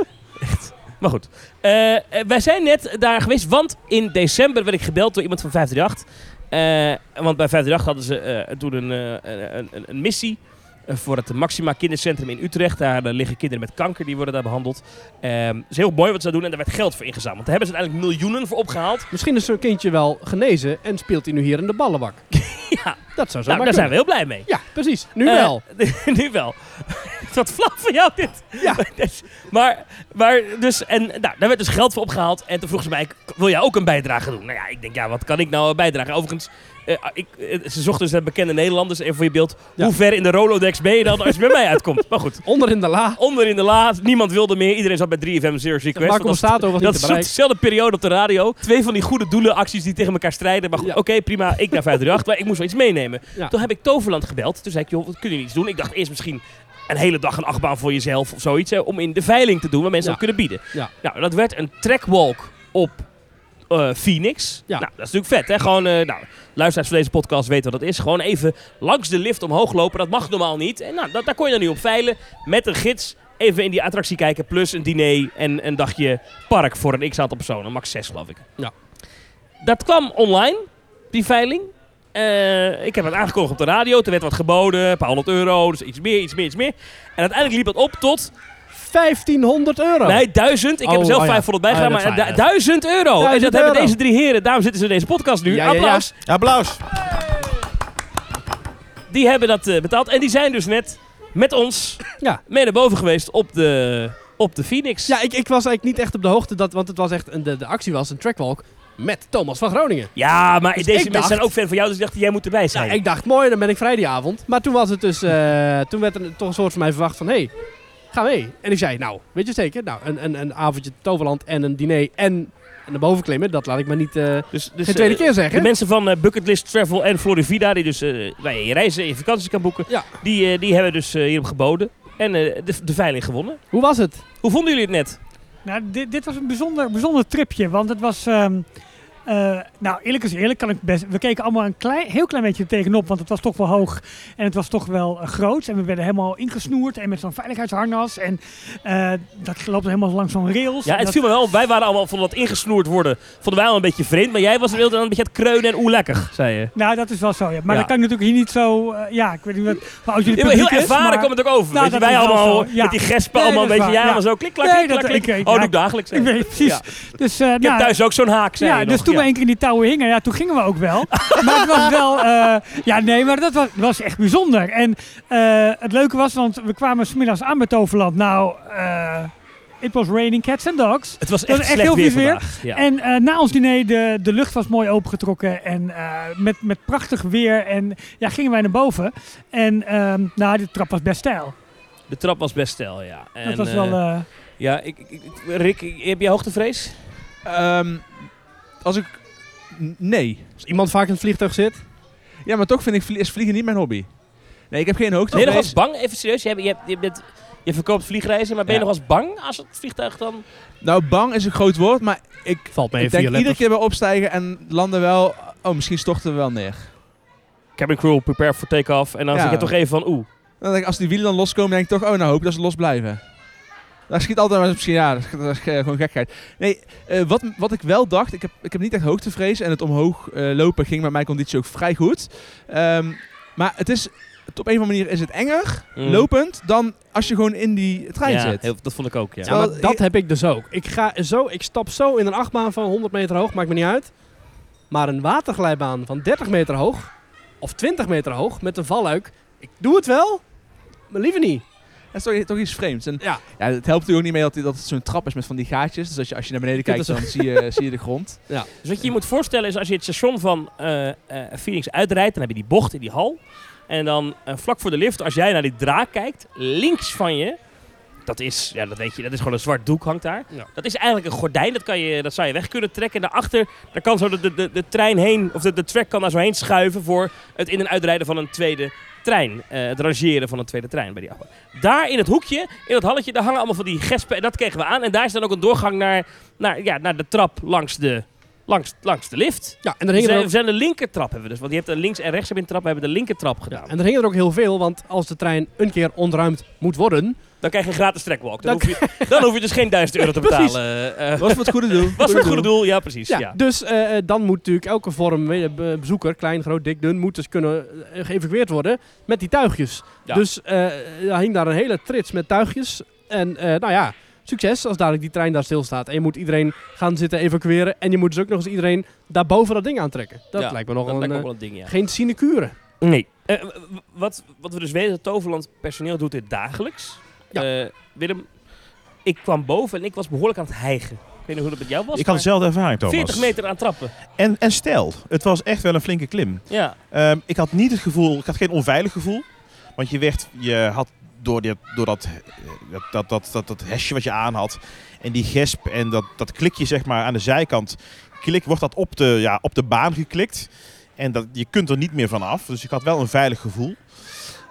Echt. Maar goed. Eh, eh, wij zijn net daar geweest, want in december werd ik gebeld door iemand van 538. Eh, want bij 538 hadden ze eh, toen een, eh, een- een, een, een missie eh, voor het Maxima Kindercentrum in Utrecht. Daar eh, liggen kinderen met kanker, die worden daar behandeld. Ehm, Het is heel mooi wat ze daar doen en daar werd geld voor ingezameld. Daar hebben ze uiteindelijk miljoenen voor opgehaald.
Misschien is zo'n kindje wel genezen en speelt hij nu hier in de ballenbak.
Ja,
Dat zou zo
nou,
maar
daar
kunnen.
zijn we heel blij mee.
Ja, precies. Nu
Eh,
wel.
nu wel. Wat flauw van jou dit. Dus,
Ja.
maar, maar dus, en nou, daar werd dus geld voor opgehaald. En toen vroeg ze mij, wil jij ook een bijdrage doen? Nou ja, ik denk, ja, wat kan ik nou bijdragen? Overigens, eh, ik, eh, ze zochten dus naar bekende Nederlanders. Even voor je beeld,
Ja.
hoe ver in de Rolodex ben je dan als je bij mij uitkomt? Maar goed,
Onder in de la.
onder in de laat, niemand wilde meer. Iedereen zat bij 3FM Zero Request.
Marco Borsato was niet
Dat
te
is
bereiken.
dezelfde periode op de radio. Twee van die goede doelenacties die tegen elkaar strijden. Maar goed,
Ja.
oké, prima. Ik naar 538, maar ik moest wel iets meenemen.
Ja.
Toen heb ik Toverland gebeld. Toen zei ik, joh, wat kunnen jullie iets doen? Ik dacht eerst misschien een hele dag een achtbaan voor jezelf of zoiets. Hè, om in de veiling te doen waar mensen
Ja.
op kunnen bieden.
Ja.
Nou, dat werd een trackwalk op eh, Phoenix.
Ja.
Nou, dat is natuurlijk vet, hè? Gewoon, eh, nou, luisteraars van deze podcast weten wat dat is. Gewoon even langs de lift omhoog lopen. Dat mag normaal niet. En nou, dat, daar kon je dan nu op veilen. Met een gids even in die attractie kijken. Plus een diner en een dagje park voor een x-aantal personen. Max 6, geloof ik.
Ja.
Dat kwam online, die veiling. Eh, ik heb het aangekondigd op de radio. Er werd wat geboden. Een paar honderd euro. Dus iets meer, iets meer, iets meer. En uiteindelijk liep dat op tot...
1500 euro.
Nee, duizend. Ik heb
Oh,
er zelf
oh ja.
500 bij
Oh ja,
gedaan,
dat
maar
is waar,
du-
ja.
duizend euro. en dat
Duizend
hebben
euro.
deze drie heren. Daarom zitten ze in deze podcast nu.
Ja, ja, ja.
Applaus.
Applaus.
Die hebben dat eh, betaald. En die zijn dus net met ons
Ja.
mee naar boven geweest op de, op de Phoenix.
Ja, ik, ik was eigenlijk niet echt op de hoogte, dat, want het was echt een, de, de actie was een trackwalk met Thomas van Groningen.
Ja, maar
Dus
deze
ik
mensen
dacht-
zijn ook fan van jou, dus ik dacht, jij moet erbij
Ja,
zijn.
ik dacht, mooi, dan ben ik vrij die avond. Maar toen was het dus, eh, toen werd er toch een soort van mij verwacht van, hé, hey, ga mee. En ik zei, nou, weet je zeker? Nou, een, een, een avondje Toverland en een diner en naar boven klimmen, dat laat ik maar niet eh
dus, dus,
geen tweede
eh,
keer
De
zeggen.
mensen van eh, Bucketlist Travel en Florivida, die dus eh, waar je je reizen en je vakanties kan boeken,
Ja.
die, eh, die hebben dus eh, hierop geboden. En eh, de, de veiling gewonnen.
Hoe was het?
Hoe vonden jullie het net?
Nou, dit, dit was een bijzonder, bijzonder tripje, want het was... ehm, eh, nou, eerlijk is eerlijk, kan ik best, we keken allemaal een klein, heel klein beetje er tegenop, want het was toch wel hoog en het was toch wel eh, groot. En we werden helemaal ingesnoerd en met zo'n veiligheidsharnas en eh, dat loopt helemaal langs zo'n rails.
Ja,
En
het
dat-
viel me wel op. Wij waren allemaal van dat ingesnoerd worden. Vonden wij al een beetje vreemd. Maar jij was de hele tijd een beetje aan het kreunen en oeh lekker, zei je.
Nou, dat is wel zo, ja. Maar
Ja.
dat kan ik natuurlijk hier niet zo... eh, ja, ik weet niet wat... Maar als jullie
Ja, maar heel
publiek is,
ervaren
maar-
kwam het ook over. weet
Nou,
je,
dat
wij
is wel
allemaal
zo, ja.
met die gespen
Nee,
allemaal een
dat is
beetje, ja,
waar,
maar zo klik, klak,
Nee,
klik,
dat-
klak, klik.
ik- ik-
oh, doe
ja.
ik dagelijks. hè.
Ik weet precies.
Ja.
Dus, eh,
Ik heb
nou,
thuis ook zo'n haak, zei
ja,
je nog.
dus toen we één keer in die touwen hingen, ja, toen gingen we ook wel. maar het was wel, eh, ja, nee, maar dat was, was echt bijzonder. En eh, het leuke was, want we kwamen smiddags aan bij Toverland. Nou, eh it was raining cats and dogs.
Het was
was
echt,
echt
slecht
heel
weer
vies weer.
vandaag. Ja.
En eh, na ons diner, de, de lucht was mooi opengetrokken en eh, met, met prachtig weer. En ja, gingen wij naar boven. En ehm, nou, de trap was best stijl.
De trap was best stijl, ja. En,
dat was
eh,
wel, eh,
ja, ik, ik- ik- Rick, ik- heb jij hoogtevrees?
Ehm, als ik... n- Nee.
Als iemand vaak in het vliegtuig zit,
Ja, maar toch vind ik vlie- is vliegen niet mijn hobby. Nee, ik heb geen hoogte.
Ben je nog wel eens bang? Even serieus, je, hebt, je, hebt, je, bent, je verkoopt vliegreizen, maar ben je
Ja.
nog wel eens bang als het vliegtuig dan...
Nou, bang is een groot woord, maar ik
valt mee
Ik denk iedere keer bij opstijgen en landen wel. Oh, misschien storten we wel neer.
Cabin crew, prepare for take-off. En dan
Ja.
zit je toch even van, oeh.
Dan denk ik, als die wielen dan loskomen, denk ik toch, oh, nou hoop ik dat ze los blijven. Daar schiet altijd maar eens misschien, ja, dat is, dat is, eh, gewoon gekheid. Nee, eh, wat, wat ik wel dacht, ik heb, ik heb niet echt hoogtevrees en het omhoog eh, lopen ging met mijn conditie ook vrij goed. Ehm, maar het is, het- op een of andere manier is het enger,
Mm.
lopend, dan als je gewoon in die trein
ja,
zit.
heel- dat vond ik ook, ja.
Ja, maar dat heb ik dus ook. Ik, ga zo, ik stap zo in een achtbaan van 100 meter hoog, maakt me niet uit. Maar een waterglijbaan van 30 meter hoog, of 20 meter hoog, met een valluik. Ik doe het wel, maar liever niet.
Dat is toch, toch iets vreemds. En
Ja.
ja. het helpt natuurlijk ook niet mee dat, die- dat het zo'n trap is met van die gaatjes. Dus als je, als je naar beneden
kunt
kijkt,
er
dan zie je, zie je de grond.
Dus wat je je moet voorstellen is als je het station van eh, eh, Phoenix uitrijdt, dan heb je die bocht in die hal. En dan eh, vlak voor de lift, als jij naar die draak kijkt, links van je, dat is, ja, dat weet je, dat is gewoon een zwart doek hangt daar.
Ja.
Dat is eigenlijk een gordijn, dat, kan je, dat zou je weg kunnen trekken. En daarachter, daar kan zo de, de, de, de trein heen, of de, de track kan daar zo heen schuiven voor het in- en uitrijden van een tweede trein. Eh, het rangeren van een tweede trein bij die afbouw. Daar in het hoekje, in dat halletje, daar hangen allemaal van die gespen. En dat kregen we aan. En daar is dan ook een doorgang naar, naar, ja, naar de trap langs de, langs, langs de lift.
Ja, en er
We
hingen
zijn,
er
we
ook,
zijn de linkertrap hebben we dus. Want je hebt een links- en rechts hebben een trap. We hebben de linkertrap gedaan.
en er hingen er ook heel veel, want als de trein een keer ontruimd moet worden,
Dan krijg je een gratis trackwalk. Dan, hoef, je, dan hoef je dus geen 1000 euro te betalen. eh, eh,
Was voor het goede doel.
was voor het goede doel, ja precies.
Ja,
Ja.
Dus eh, eh, dan moet natuurlijk elke vorm weet je, be- bezoeker, klein, groot, dik, dun, moet dus kunnen eh, geëvacueerd worden met die tuigjes.
Ja.
Dus eh er hing daar een hele trits met tuigjes. En eh, nou ja, succes als dadelijk die trein daar stilstaat. En je moet iedereen gaan zitten evacueren. En je moet dus ook nog eens iedereen daarboven dat ding aantrekken. Dat
Ja,
lijkt me nog
Dat
een,
lijkt me ook
eh,
wel een ding, ja.
geen sinecure.
Nee. Eh, w- w- wat, wat we dus weten, het Toverland personeel doet dit dagelijks. Eh, Willem, ik kwam boven en ik was behoorlijk aan het hijgen. Ik weet niet hoe dat met jou was,
Ik had
maar
dezelfde ervaring, Thomas.
40 meter aan trappen.
En, en stel, het was echt wel een flinke klim.
Ja,
Ehm, ik had niet het gevoel, ik had geen onveilig gevoel. Want je werd, je had door, dit, door dat, eh, dat, dat, dat, dat, dat hesje wat je aan had en die gesp en dat, dat klikje zeg maar aan de zijkant, klik, wordt dat op de, ja, op de baan geklikt. En dat, je kunt er niet meer van af. Dus ik had wel een veilig gevoel.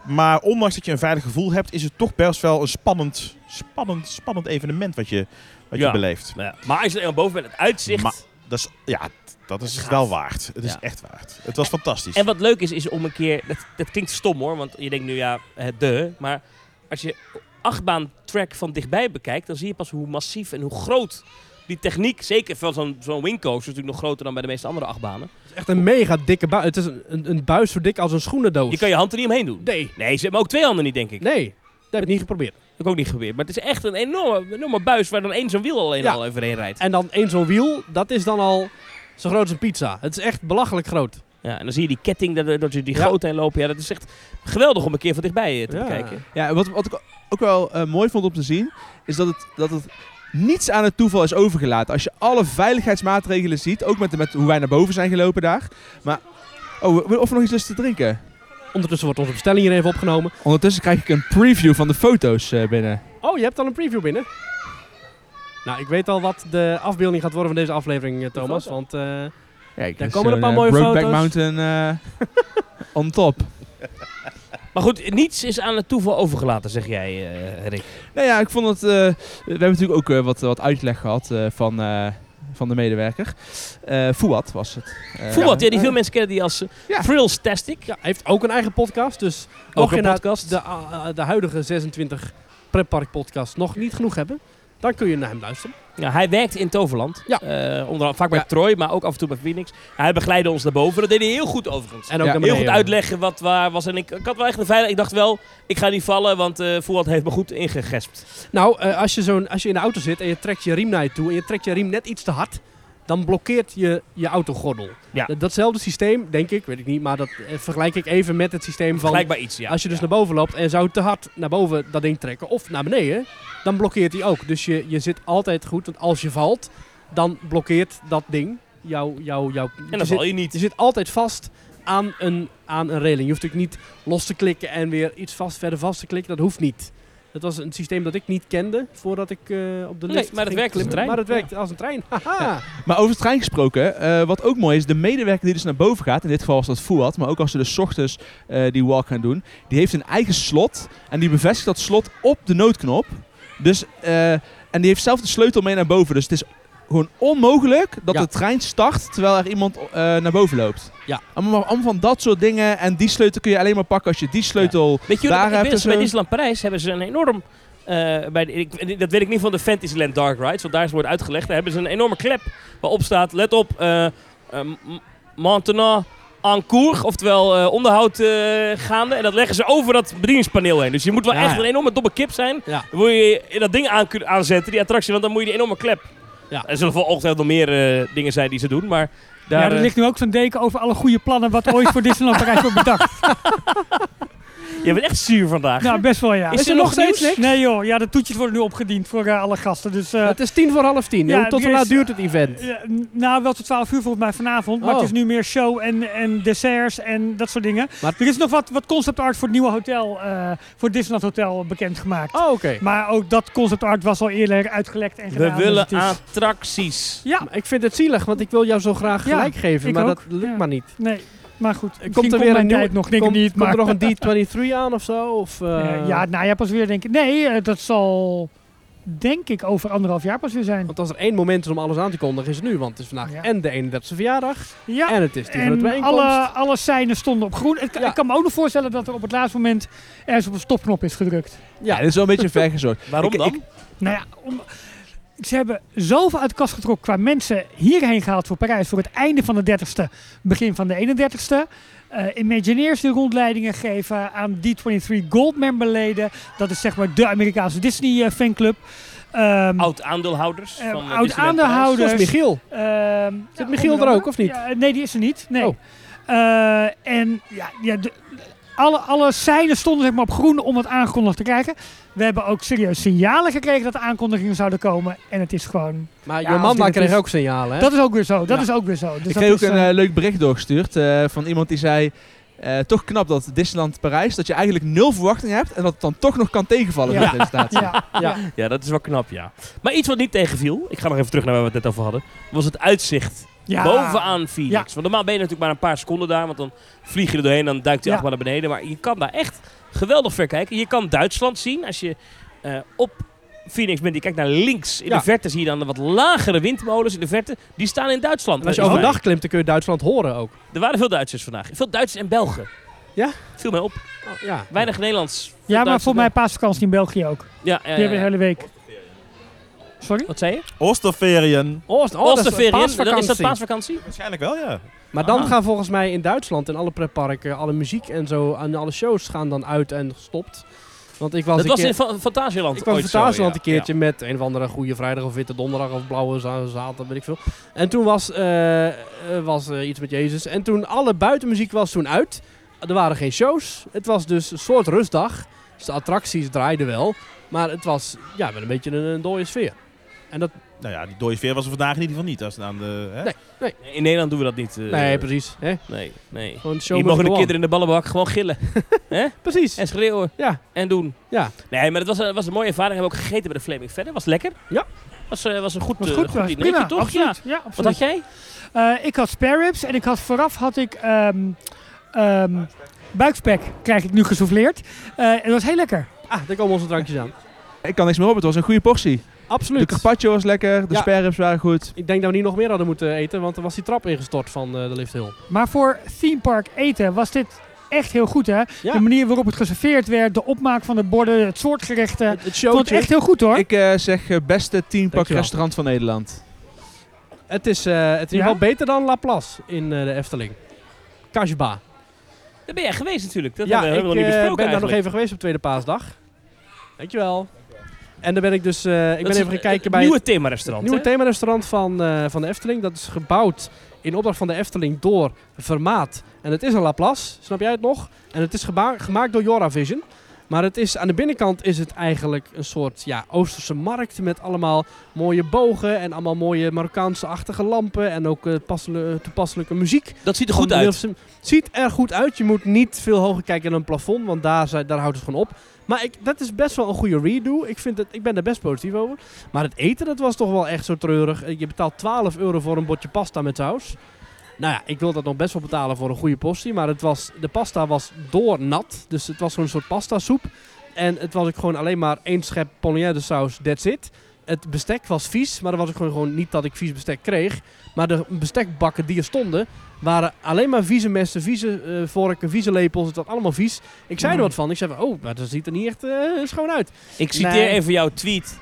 Maar ondanks dat je een veilig gevoel hebt, is het toch best wel een spannend, spannend, spannend evenement wat je, wat
Ja.
je beleeft.
maar, ja. maar als je er eenmaal boven bent, het uitzicht.
Maar- Dat is, ja, dat is
Het gaat.
wel waard. Het is
Ja.
echt waard. Het was fantastisch.
En wat leuk is, is om een keer... Dat, dat klinkt stom hoor, want je denkt nu ja, het de. Maar als je achtbaan track van dichtbij bekijkt... dan zie je pas hoe massief en hoe groot die techniek... zeker van zo'n zo'n wingcoaster, is natuurlijk nog groter dan bij de meeste andere achtbanen.
Het is echt een mega dikke buis. Het is een, een, een buis zo dik als een schoenendoos.
Je kan je hand er niet omheen doen.
Nee,
Nee, ze hebben ook twee handen niet, denk ik.
nee. Dat heb ik niet geprobeerd.
Heb ik ook niet geprobeerd. Maar het is echt een enorme, enorme buis waar dan één zo'n wiel alleen
Ja.
al overheen rijdt.
En dan één zo'n wiel, dat is dan al zo groot als een pizza. Het is echt belachelijk groot.
Ja, en dan zie je die ketting, dat, dat je die
Ja.
groot heen lopen. Ja, dat is echt geweldig om een keer van dichtbij eh, te
Ja.
bekijken.
Ja, wat, wat ik ook wel eh, mooi vond om te zien, is dat het, dat het niets aan het toeval is overgelaten. Als je alle veiligheidsmaatregelen ziet, ook met, met hoe wij naar boven zijn gelopen daar. Maar, oh, we- we- of er nog iets is te drinken.
Ondertussen wordt onze bestelling hier even opgenomen.
Ondertussen krijg ik een preview van de foto's eh, binnen.
Oh, je hebt al een preview binnen. Nou, ik weet al wat de afbeelding gaat worden van deze aflevering, eh, Thomas.
foto.
Want eh,
Kijk,
Daar
dus
komen een
zo'n,
paar mooie
eh, Brokeback
foto's.
Mountain eh, on top.
Maar goed, niets is aan het toeval overgelaten, zeg jij, eh, Rick.
Nou ja, ik vond het. eh, we hebben natuurlijk ook eh, wat, wat uitleg gehad eh, van, eh, van de medewerker. Eh Fouad was het. Eh,
Voetbal, ja, die veel mensen kennen die als eh,
Ja.
Thrillstastic.
ja, hij heeft ook een eigen podcast. Dus mocht
Ook
je
een
nou
podcast.
de, ah, ah, de huidige 26 Pretpark podcast nog niet genoeg hebben, dan kun je naar hem luisteren.
Ja, hij werkt in Toverland.
Ja.
Eh, onder, vaak bij
Ja.
Troy, maar ook af en toe bij Phoenix. Hij begeleidde ons naar boven. Dat deed hij heel goed overigens.
En ook naar
Ja,
heel
beneden.
goed uitleggen wat waar was. En ik, ik had wel echt een veilig. Ik dacht wel, ik ga niet vallen, want eh Fouad heeft me goed ingegespt.
Nou, eh, als, je zo'n, als je in de auto zit en je trekt je riem naar je toe en je trekt je riem net iets te hard, dan blokkeert je je autogordel.
Ja.
Dat- datzelfde systeem, denk ik, weet ik niet, maar dat eh, vergelijk ik even met het systeem van...
Gelijkbaar iets, ja.
als je dus
Ja.
naar boven loopt en zou te hard naar boven dat ding trekken of naar beneden, dan blokkeert hij ook. Dus je, je zit altijd goed, want als je valt, dan blokkeert dat ding jouw... Jou, jou,
En
je,
dan
zit,
val je niet.
je zit altijd vast aan een, aan een reling. Je hoeft natuurlijk niet los te klikken en weer iets vast, verder vast te klikken. Dat hoeft niet. Dat was een systeem dat ik niet kende voordat ik eh, op de
Nee,
lift
maar dat
ging
werkt als een
klimmen.
trein.
Maar dat werkt als een trein. Haha.
Maar over de trein gesproken, eh, wat ook mooi is, de medewerker die dus naar boven gaat, in dit geval was dat Fouad, maar ook als ze dus 's ochtends eh, die walk gaan doen, die heeft een eigen slot en die bevestigt dat slot op de noodknop. Dus, eh, en die heeft zelf de sleutel mee naar boven. Dus het is gewoon onmogelijk dat
Ja.
de trein start terwijl er iemand eh, naar boven loopt.
Ja.
Allemaal, allemaal van dat soort dingen en die sleutel kun je alleen maar pakken als je die sleutel...
Weet je, hoe
Daar
dat- ik
heb
weet
je
dat ze bij
zo'n-
Disneyland Parijs hebben ze een enorm... eh, bij de- ik, dat weet ik niet van de Fantasyland Dark Rides, want daar is wordt uitgelegd. Daar hebben ze een enorme klep waarop staat, let op, eh eh, m- maintenant en cours, oftewel eh, onderhoud eh, gaande. En dat leggen ze over dat bedieningspaneel heen. Dus je moet wel
Ja,
echt
ja.
een enorme domme kip zijn.
Ja.
Dan moet je dat ding aan, kun- aanzetten, die attractie, want dan moet je die enorme klep.
Ja.
Er zullen ongetwijfeld nog meer eh, dingen zijn die ze doen, maar daar...
Ja, er
eh,
ligt nu ook zo'n deken over alle goede plannen wat ooit voor Disneyland Parijs wordt bedacht.
Je bent echt zuur vandaag.
Nou, best wel ja.
Is er nog
steeds
nieuws?
niks?
Nee joh, ja, de toetjes worden nu opgediend voor eh, alle gasten. Dus, eh,
het is tien voor half tien.
Ja,
Hoe tot
er
hoe laat
is-
duurt het event?
Ja, n- nou, wel tot 12 uur volgens mij vanavond. Maar
Oh.
het is nu meer show en, en desserts en dat soort dingen.
Maar-
er is nog wat, wat concept art voor het nieuwe hotel, eh, voor het Disneyland Hotel bekendgemaakt.
Oh, oké.
Maar ook dat concept art was al eerder uitgelekt en gedaan.
We
dus
willen
het is-
attracties.
Ja,
Ik vind het zielig, want ik wil jou zo graag
Ja,
gelijk geven,
ik
maar dat
ook.
lukt
Ja.
maar niet.
nee. Maar goed, misschien
Komt er weer
mijn
een nieuwe-
tijd nog, denk
Komt-
ik niet.
Komt
Maar,
er nog een D23 aan of zo? Of, eh,
Eh, ja, nou ja, pas weer denk ik. Nee, eh, dat zal denk ik over anderhalf jaar pas weer zijn.
Want als er één moment is om alles aan te kondigen, is het nu. Want het is vandaag
Ja.
en de 31ste verjaardag.
Ja,
En het is die grote
en
bijeenkomst.
alle, alle seinen stonden op groen. Ik,
Ja.
ik kan me ook nog voorstellen dat er op het laatste moment ergens op een stopknop is gedrukt.
Ja.
Ja, dit is wel een beetje vergezorgd.
Waarom
Ik-
dan?
ik-
Nou ja, om, ze hebben zoveel uit de kast getrokken qua mensen hierheen gehaald voor Parijs. Voor het einde van de 30ste, begin van de 31ste. Eh, Imagineers die rondleidingen geven aan D23 Goldmember leden. Dat is zeg maar de Amerikaanse Disney eh, fanclub. Ehm,
Oh,
Oud aandeelhouders. van
Eh,
eh,
oud
Disneyland Parijs.
aandeelhouders.
Zoals Michiel.
Ehm,
Zit Michiel
onder
er ook,
andere.
of niet?
Ja, nee, die is er niet. Nee.
Oh.
Eh, en ja, ja de, alle, alle seinen stonden zeg maar, op groen om het aangekondigd te krijgen. We hebben ook serieus signalen gekregen dat de aankondigingen zouden komen. En het is gewoon...
Maar
Ja, als
Jomanda
dit het
kreeg
is.
ook signalen, hè?
Dat is ook weer zo. Dat
Ja.
is ook weer zo. Dus
ik
dat
kreeg ook
is,
een
eh,
eh, leuk bericht doorgestuurd eh, van iemand die zei... eh, toch knap dat Disneyland Parijs, dat je eigenlijk nul verwachting hebt en dat het dan toch nog kan tegenvallen
Ja.
met de presentatie.
ja.
Ja, dat is wel knap, ja. Maar iets wat niet tegenviel, ik ga nog even terug naar waar we het net over hadden, was het uitzicht
Ja.
bovenaan Phoenix.
Ja.
Want normaal ben je natuurlijk maar een paar seconden daar, want dan vlieg je er doorheen, dan duikt hij
Ja.
achtbaan naar beneden. Maar je kan daar echt geweldig ver kijken. Je kan Duitsland zien als je eh, op Phoenix bent. Je kijkt naar links. In
Ja.
de verte zie je dan de wat lagere windmolens in de verte. Die staan in Duitsland.
En als je
Dat is
overdag klimt, dan kun je Duitsland horen ook.
fijn. Er waren veel Duitsers vandaag. Veel Duitsers en Belgen.
Ja?
Viel mij op.
Oh,
ja.
Weinig Nederlands. Veel
ja, maar
Duitsers
voor
en
mij paasvakantie in België ook. Die
Belgen. Ja, ja, ja,
hebben de
ja.
hele week... Sorry?
Wat zei je?
Oosterferien.
Oost, oh, dat is
Oosterferien. Dan Is dat
paasvakantie.
paasvakantie?
Waarschijnlijk wel, ja.
Maar dan
Ah.
gaan volgens mij in Duitsland en alle pretparken, alle muziek en zo, en alle shows gaan dan uit en gestopt. Want ik was
Dat
een
was
keer,
in Fa- Fantasieland
ik kwam
ooit zo,
Fantasieland
ja.
een keertje met een of andere goede vrijdag of witte donderdag of blauwe za- zaterdag, weet ik veel. En toen was, eh, eh, was eh, iets met Jezus. En toen alle buitenmuziek was toen uit. Er waren geen shows. Het was dus een soort rustdag. Dus de attracties draaiden wel. Maar het was ja, met een beetje een, een dode sfeer. En dat,
Nou ja, die dode veer was er vandaag in ieder geval niet. Als het aan de, hè?
Nee.
Ja. In Nederland doen we dat niet. eh,
nee, precies. Hè?
Nee, nee.
Gewoon show
Hier
must
mogen de
go on.
kinderen in de ballenbak gewoon gillen.
Precies.
En schreeuwen.
Ja.
En doen.
Ja.
Nee, maar dat was, een- was een mooie ervaring. Hebben we ook gegeten bij de Flaming Verder. Was lekker.
Ja.
Was, eh, was een goed,
Was
eh,
goed, was
dinertje,
prima.
toch?
absoluut.
Ja.
Ja,
Wat
absoluut.
had jij?
Eh, ik had spare ribs en ik had vooraf had ik ehm, ehm, buikspek. Krijg ik nu gesouffleerd. Eh, en dat was heel lekker.
Ah, daar komen onze drankjes aan.
Ik kan niks meer op, het was een goede portie. De
Absoluut.
carpaccio was lekker, de
Ja.
spare ribs waren goed.
Ik denk dat we niet nog meer hadden moeten eten, want er was die trap ingestort van eh, de lift hill.
Maar voor theme park eten was dit echt heel goed, hè?
Ja.
De manier waarop het geserveerd werd, de opmaak van de borden, het soort gerechten.
Het, het
Ik vond
showtje.
het echt heel goed, hoor.
Ik eh, zeg eh, beste teampak
Dankjewel.
restaurant van Nederland.
Het is, eh, het is in
Ja?
ieder geval beter dan Laplace in eh, de Efteling. Kashba.
Daar ben jij geweest natuurlijk. Dat
Ja,
hebben we
ik
helemaal niet
eh,
besproken
ben daar nog
eigenlijk.
even geweest op tweede paasdag. Dankjewel. En dan ben ik dus, eh, ik
Dat
ben
is
even gaan
het-
kijken
het
bij
nieuwe
het
themarestaurant.
nieuwe
hè?
themarestaurant van, eh, van de Efteling. Dat is gebouwd in opdracht van de Efteling door Vermaat. En het is een Laplace, snap jij het nog? En het is geba- gemaakt door Joravision. Maar het is, aan de binnenkant is het eigenlijk een soort ja, Oosterse markt met allemaal mooie bogen en allemaal mooie Marokkaanse-achtige lampen en ook eh, passele- toepasselijke muziek.
dat ziet er goed
Van
uit.
Nielsen. Ziet er goed uit. Je moet niet veel hoger kijken dan een plafond, want daar, zijn- daar houdt het gewoon op. Maar ik, dat is best wel een goede redo. Ik, vind het, ik ben daar best positief over. Maar het eten, dat was toch wel echt zo treurig. Eh, Je betaalt 12 euro voor een bordje pasta met saus. Nou ja, ik wil dat nog best wel betalen voor een goede portie. Maar het was, de pasta was doornat. Dus het was zo'n soort pasta soep. En het was ook gewoon alleen maar één schep polonaise saus, that's it. Het bestek was vies, maar dat was ook gewoon, gewoon niet dat ik vies bestek kreeg. Maar de bestekbakken die er stonden, waren alleen maar vieze messen, vieze eh, vorken, vieze lepels. Het was allemaal vies. Ik zei er
Mm.
wat van. Ik zei van, oh, maar dat ziet er niet echt eh, schoon uit.
Ik citeer
Nee.
even jouw tweet.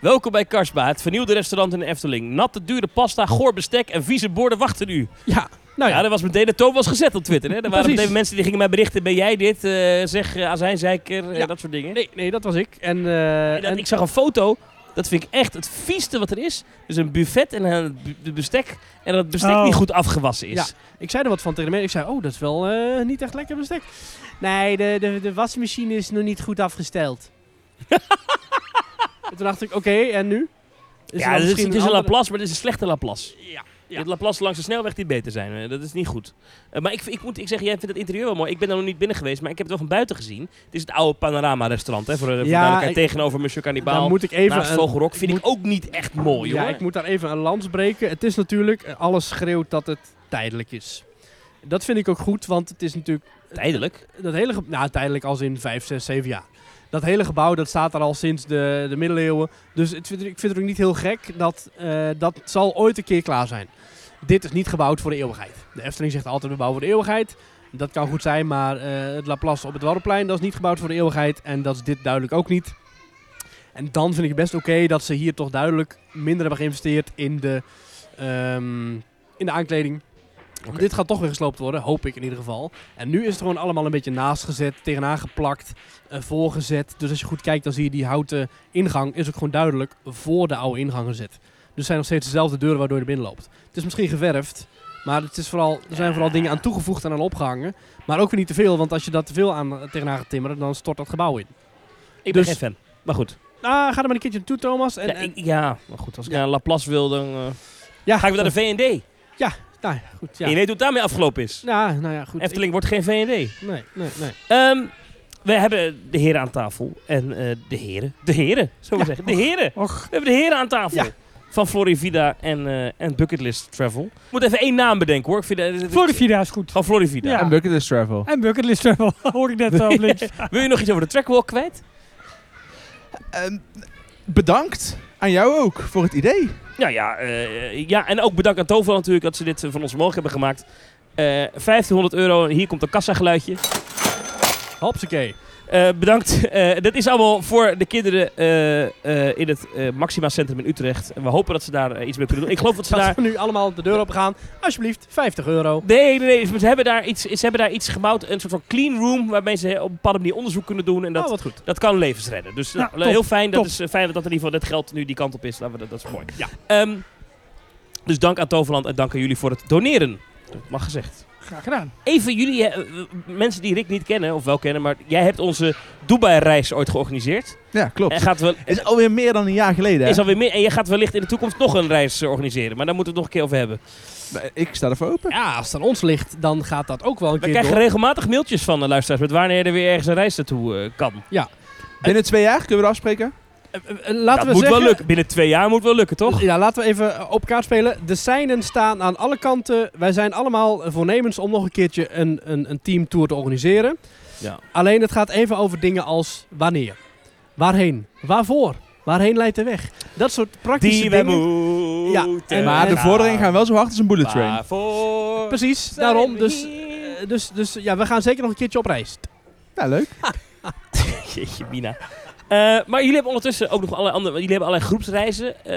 Welkom bij Karsba, het vernieuwde restaurant in de Efteling. Natte, dure pasta, goor bestek en vieze borden wachten u.
Ja, nou ja.
Oh Ja, dat was meteen de toon was gezet op Twitter. Hè? Er waren
Precies.
meteen mensen die gingen mij berichten. Ben jij dit? Eh, zeg uh, azijnzeiker. eh,
Ja.
Dat soort dingen.
Nee, nee, dat was ik. En, eh,
En dat-
en-
ik zag een foto. Dat vind ik echt het vieste wat er is. Dus een buffet en een bu- bestek. En dat het bestek
Oh.
niet goed afgewassen is.
Ja. Ik zei er wat van tegen de mensen. Ik zei, oh, dat is wel eh, niet echt lekker bestek. Nee, de, de, de wasmachine is nog niet goed afgesteld. En toen dacht ik, oké, en nu? Is
Ja,
er dan
dit is-
misschien
het is een
andere-
Laplace, maar dit is een slechte Laplace.
Ja.
Ja. Het Laplace langs de snelweg die beter zijn. eh, Dat is niet goed. Eh, maar ik, ik moet ik zeggen, jij vindt het interieur wel mooi. Ik ben er nog niet binnen geweest, maar ik heb het wel van buiten gezien. Het is het oude panorama-restaurant, hè? Voor, eh, voor
Ja,
duidelijkheid,
ik-
tegenover Monsieur
Dan
Cannibal.
moet ik even...
naast
een-
Vogelrok vind
moet-
ik ook niet echt mooi,
ja,
hoor.
ik moet daar even een lans breken. Het is natuurlijk, eh, alles schreeuwt dat het tijdelijk is. Dat vind ik ook goed, want het is natuurlijk
Tijdelijk.
dat hele... ge- Nou, tijdelijk als in 5, 6, 7 jaar. dat hele gebouw dat staat er al sinds de, de middeleeuwen. Dus het vind- ik vind het ook niet heel gek dat eh, dat zal ooit een keer klaar zijn. Dit is niet gebouwd voor de eeuwigheid. De Efteling zegt altijd we bouwen voor de eeuwigheid. Dat kan goed zijn, maar eh, het Laplace op het Waddenplein dat is niet gebouwd voor de eeuwigheid. En dat is dit duidelijk ook niet. En dan vind ik het best oké dat ze hier toch duidelijk minder hebben geïnvesteerd in de, ehm, in de aankleding.
Oké.
Dit gaat toch weer gesloopt worden, hoop ik in ieder geval. En nu is het gewoon allemaal een beetje naast gezet, tegenaan geplakt, eh, voorgezet. Dus als je goed kijkt, dan zie je die houten ingang is ook gewoon duidelijk voor de oude ingang gezet. Dus het zijn nog steeds dezelfde deuren waardoor je er binnen loopt. Het is misschien geverfd, maar het is vooral, er zijn vooral dingen aan toegevoegd en aan opgehangen. Maar ook weer niet te veel, want als je dat te veel aan, eh, tegenaan gaat timmeren, dan stort dat gebouw in.
Ik ben
Dus-
geen fan. Maar goed.
Ah, ga er maar een keertje naartoe, Thomas. En,
ja,
en-
ik- ja, maar goed. Als ik
Ja.
naar Laplace wil, dan eh,
ja,
ga ik weer naar de VND.
Nou, ja, goed, ja.
En je weet hoe het daarmee afgelopen is.
Ja, nou ja, goed.
Efteling wordt geen VND.
Ik- nee, nee, nee.
Ehm, we hebben de heren aan tafel. En eh, de heren. De heren, zo we
Ja.
zeggen. De heren.
Och,
We hebben de heren aan tafel.
Ja.
Van Florivida en, eh, en Bucketlist Travel. Ik moet even één naam bedenken hoor. Ik vind, eh,
Florida is goed.
Van Florivida.
Ja.
En Bucketlist Travel.
En bucketlist travel, hoor ik net al links.
Wil je nog iets over de trackwalk kwijt?
Ehm, bedankt aan jou ook voor het idee.
Nou ja, eh, ja, en ook bedankt aan Tovo natuurlijk dat ze dit eh, van ons mogelijk hebben gemaakt. Eh 1500 euro, hier komt een kassageluidje.
Hopsakee.
Eh, bedankt. Eh, dat is allemaal voor de kinderen eh, eh, in het eh, Maxima Centrum in Utrecht. En we hopen dat ze daar eh, iets mee kunnen doen. Ik geloof dat ze daar...
Laten we nu allemaal de deur op gaan. Alsjeblieft, 50 euro.
Nee, nee, nee. Ze hebben daar iets, ze hebben daar iets gebouwd. Een soort van clean room waarmee ze op een bepaalde manier onderzoek kunnen doen. En dat,
oh, wat goed.
dat kan levens redden. Dus
Nou,
eh,
top,
heel fijn. Dat
top.
is eh, fijn dat in ieder geval dat geld nu die kant op is. Laten we dat, dat is mooi.
Ja.
Ehm, dus dank aan Toverland en dank aan jullie voor het doneren. Dat mag gezegd.
Graag gedaan.
Even jullie, eh, eh, mensen die Rick niet kennen, of wel kennen, maar jij hebt onze Dubai-reis ooit georganiseerd.
Ja, klopt.
En gaat wel,
Is alweer meer dan een jaar geleden. hè?
is alweer meer, en je gaat wellicht in de toekomst nog een reis eh, organiseren. Maar daar moeten we het nog een keer over hebben.
Maar Ik sta ervoor open.
Ja, als het aan ons ligt, dan gaat dat ook wel een
We
keer
krijgen
door.
regelmatig mailtjes van de luisteraars met wanneer er weer ergens een reis naartoe eh, kan.
Binnen twee jaar kunnen we dat afspreken.
Eh, eh, eh, Laten
dat
we
moet
zeggen,
wel lukken. Binnen twee jaar moet wel lukken, toch?
Ja, laten we even eh, op kaart spelen. De seinen staan aan alle kanten. Wij zijn allemaal eh, voornemens om nog een keertje een, een, een teamtour te organiseren.
Ja.
Alleen het gaat even over dingen als wanneer, waarheen, waarvoor, waarheen leidt de weg. Dat soort praktische
Die we
dingen.
moeten.
Ja, en-
Maar de
Ja.
vordering gaan wel zo hard als een bullet train.
Waarvoor
Precies,
zijn
daarom.
we
Dus,
hier?
eh, dus, dus ja, we gaan zeker nog een keertje op reis.
Ja, leuk.
Jeetje, Mina. Eh, maar jullie hebben ondertussen ook nog allerlei andere. Jullie hebben allerlei groepsreizen. eh,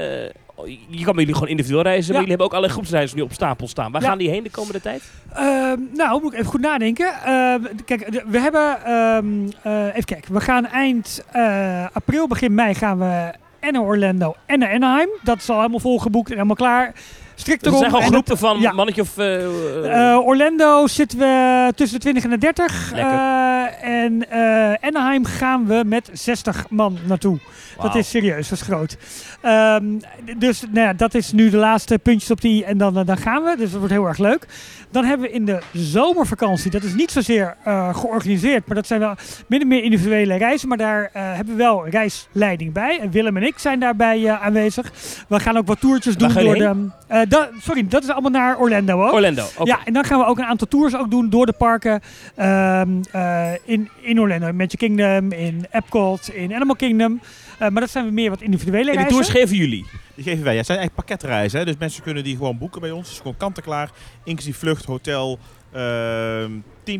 je kan bij jullie gewoon individueel reizen.
Ja.
Maar jullie hebben ook allerlei groepsreizen nu op stapel staan. Waar
Ja.
gaan die heen de komende tijd?
Ehm, nou, moet ik even goed nadenken. Ehm, kijk, de- we hebben... ehm, eh, even kijken. We gaan eind eh, april, begin mei gaan we en naar Orlando en naar Anaheim. Dat is al helemaal volgeboekt en helemaal klaar. Strikt
Dus er
erom.
zijn gewoon
En
groepen van
ja.
mannetje of. eh, eh,
Eh, Orlando zitten we tussen de 20 en de 30.
Lekker.
Eh, en eh, Anaheim gaan we met 60 man naartoe.
wauw.
Dat is serieus, dat is groot. Ehm, d- dus nou ja, dat is nu de laatste puntjes op die en dan, eh, dan gaan we. Dus dat wordt heel erg leuk. Dan hebben we in de zomervakantie, dat is niet zozeer eh, georganiseerd, maar dat zijn wel min of meer individuele reizen. Maar daar eh, hebben we wel reisleiding bij. En Willem en ik zijn daarbij eh, aanwezig. We gaan ook wat toertjes
Waar
doen
gaan
door
jullie
de... eh, da- sorry, dat is allemaal naar Orlando ook.
Orlando. oké.
oh. Ja, en dan gaan we ook een aantal tours ook doen door de parken ehm, eh, in, in Orlando. In Magic Kingdom, in Epcot, in Animal Kingdom. Eh, maar dat zijn we meer wat individuele
En die
reizen.
tours geven jullie.
Die geven wij. Ja, het zijn eigenlijk pakketreizen. Hè? Dus mensen kunnen die gewoon boeken bij ons. Het is gewoon kant-en-klaar. Inclusief vlucht, hotel, ehm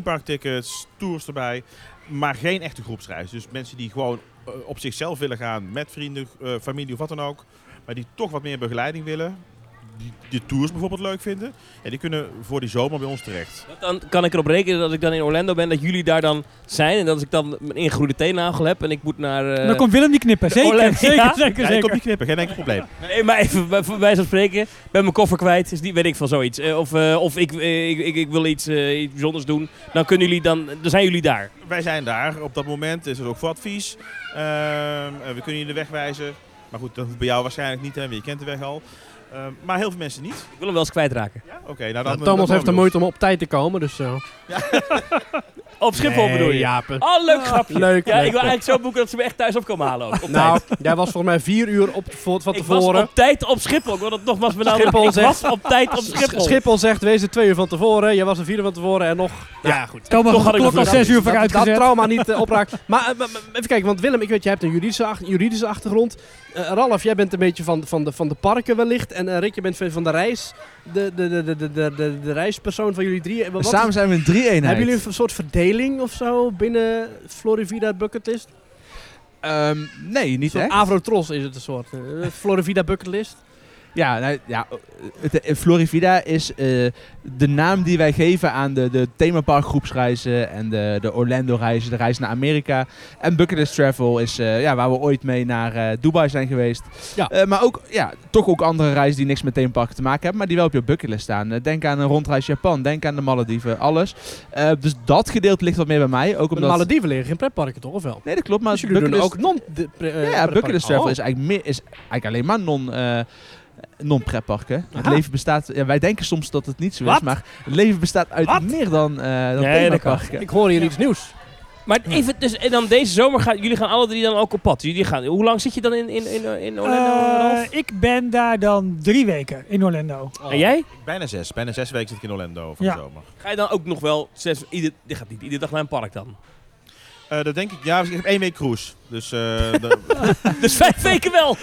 teamparktickets, tours erbij. Maar geen echte groepsreis. Dus mensen die gewoon eh, op zichzelf willen gaan. Met vrienden, eh, familie of wat dan ook. Maar die toch wat meer begeleiding willen. Die de tours bijvoorbeeld leuk vinden. En die kunnen voor die zomer bij ons terecht.
Dan kan ik erop rekenen dat ik dan in Orlando ben, dat jullie daar dan zijn. En dat ik dan mijn ingegroeide teennagel heb en ik moet naar... eh,
dan komt Willem die knippen. Zeker,
Orlando,
zeker,
ja?
zeker,
Ja, ik
zeker.
kom niet knippen. Geen enkel probleem.
Nee, maar even bij bij wijze van spreken. Ik ben mijn koffer kwijt. Is niet, weet ik van zoiets. Eh, of eh, of ik, eh, ik, ik, ik wil iets, eh, iets bijzonders doen. Dan kunnen jullie dan... Dan zijn jullie daar.
Wij zijn daar. Op dat moment is het ook voor advies. Ehm, eh, we kunnen je de weg wijzen. Maar goed, dat hoeft bij jou waarschijnlijk niet, hè, want je kent de weg al. Ehm, maar heel veel mensen niet.
Ik wil hem wel eens kwijtraken.
Oké, nou, dan,
Nou, Thomas
dan-
heeft de
dan-
moeite om op tijd te komen, dus eh,
Op Schiphol
Nee,
bedoel je?
Jaap.
Oh, leuk grapje.
Leuk,
ja,
leuk,
ik wil
leuk.
eigenlijk zo boeken dat ze me echt thuis op komen halen ook. Op
Nou,
tijd.
jij was volgens mij vier uur op, voor- van
Ik was
tevoren.
op tijd op Schiphol. Ik wil dat nogmaals benadrukken.
Schiphol
ik
zegt-
was op tijd op Schiphol.
Schiphol zegt, wees er twee uur van tevoren. Jij was er vier uur van tevoren en nog... Ja, goed.
Thomas
Toch had
had de
ik
klok al
nog
zes uur vooruit
dat, dat
gezet.
trauma niet eh, opraakt. Maar eh, maar- maar even kijken, want Willem, ik weet, jij hebt een juridische, ach- juridische achtergrond. Eh, Ralf, jij bent een beetje van, van, de, van de parken wellicht. En eh, Rick, je bent van de reis. De, de, de, de, de, de, de reispersoon van jullie drieën. Wat-
Samen zijn we een drie-eenheid.
hebben jullie een soort verdeling of zo binnen Florivida Bucketlist?
Ehm, nee, niet
Een soort
echt.
Avrotros is het een soort. eh, Florivida Bucketlist.
Ja, nou, ja het, eh, Florivida is eh, de naam die wij geven aan de, de themaparkgroepsreizen en de, de Orlando-reizen, de reis naar Amerika. En Bucketlist Travel is eh, ja, waar we ooit mee naar eh, Dubai zijn geweest.
Ja.
Eh, maar ook, ja, toch ook andere reizen die niks met themaparken te maken hebben, maar die wel op je bucketlist staan. Eh, denk aan een rondreis Japan, denk aan de Malediven, alles. Eh, dus dat gedeelte ligt wat meer bij mij. Ook
De
omdat...
Malediven liggen geen pretparken toch, of wel?
Nee, dat klopt, maar
dus jullie doen
bucketlist-
ook non... de- pre- eh,
ja, ja,
pretparken.
Bucketlist Travel
Oh.
is, eigenlijk meer, is eigenlijk alleen maar non, eh non-pretparken. Het
Aha.
leven bestaat... Ja, wij denken soms dat het niet zo is,
Wat?
maar het leven bestaat uit
Wat?
meer dan, eh dan
Nee, dat kan.
themaparken.
Oh, Ik hoor hier iets nieuws.
Maar even, dus, en dan deze zomer gaan jullie gaan alle drie dan ook op pad. Jullie gaan, hoe lang zit je dan in, in, in, in Orlando?
Eh,
Ralf?
ik ben daar dan drie weken in Orlando.
en jij?
Bijna zes. Bijna zes weken zit ik in Orlando van
Ja.
de zomer.
Ga je dan ook nog wel zes, ieder, dit gaat niet iedere dag naar een park dan?
Eh, dat denk ik. Ja, ik heb één week cruise. Dus eh, dat-
Dus vijf weken wel.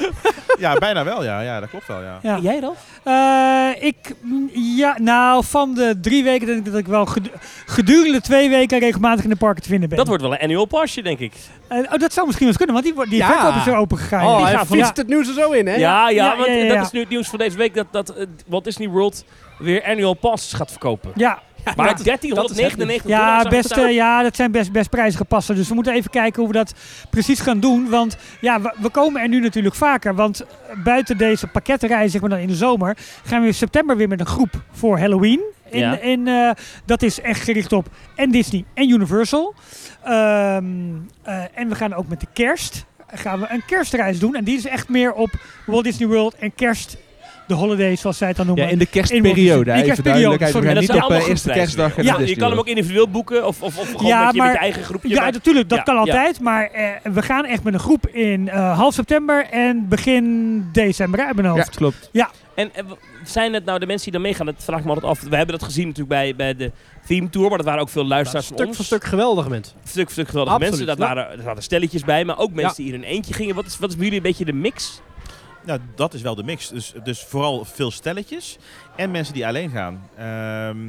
ja, bijna wel. Ja, ja dat klopt wel. Ja.
Ja.
En jij dan?
Eh, ik, mm, ja, nou, van de drie weken denk ik dat ik wel gedu- gedurende twee weken regelmatig in de parken te vinden ben.
Dat wordt wel een annual pasje, denk ik.
Eh, oh, dat zou misschien wel eens kunnen, want die, wo- die
Ja.
verkoop is weer open gegaan.
Oh,
die
hij
gaan van, ja,
fietst het nieuws er zo in, hè?
Ja, ja,
Ja,
want
ja, ja,
dat
ja.
is nu het nieuws van deze week dat, dat eh, Walt Disney World weer annual passes gaat verkopen.
ja,
maar
dat is- dat is
1399 dollar
ja,
zou
best,
betalen.
eh, ja, dat zijn best, best prijzige passen. Dus we moeten even kijken hoe we dat precies gaan doen. Want ja, we, we komen er nu natuurlijk vaker. Want buiten deze pakketreizen, zeg maar dan in de zomer, gaan we in september weer met een groep voor Halloween. In,
Ja.
in, eh, dat is echt gericht op en Disney en Universal. Ehm, eh, en we gaan ook met de kerst gaan we een kerstreis doen. En die is echt meer op Walt Disney World en kerst, de holidays zoals zij het dan noemen.
Ja, in de kerstperiode,
In de
hè, even
kerstperiode,
duidelijkheid. We
sorry.
gaan
En dat
niet
zijn
op eh,
allemaal
eerste
groepsreizen
kerstdag en
Ja,
de
je kan hem ook individueel boeken of, of, of gewoon
Ja,
met, je, met
maar-
je eigen groepje.
Ja,
Maar-
natuurlijk, dat
Ja,
kan
ja.
altijd. Maar eh, we gaan echt met een groep in eh, half september en begin december uit mijn
Ja,
hoofd.
klopt.
En eh, w- zijn het nou de mensen die dan meegaan? Dat vraag ik me altijd af. We hebben dat gezien natuurlijk bij, bij de theme tour, maar dat waren ook veel luisteraars van
Stuk
ons.
voor stuk geweldige mensen.
stuk voor stuk geweldige
Absoluut,
mensen. Dat
ja.
waren, er zaten stelletjes bij, maar ook mensen die hier in eentje gingen. Wat is, wat is bij jullie een beetje de mix?
Nou, dat is wel de mix. Dus, dus vooral veel stelletjes en mensen die alleen gaan. Ehm,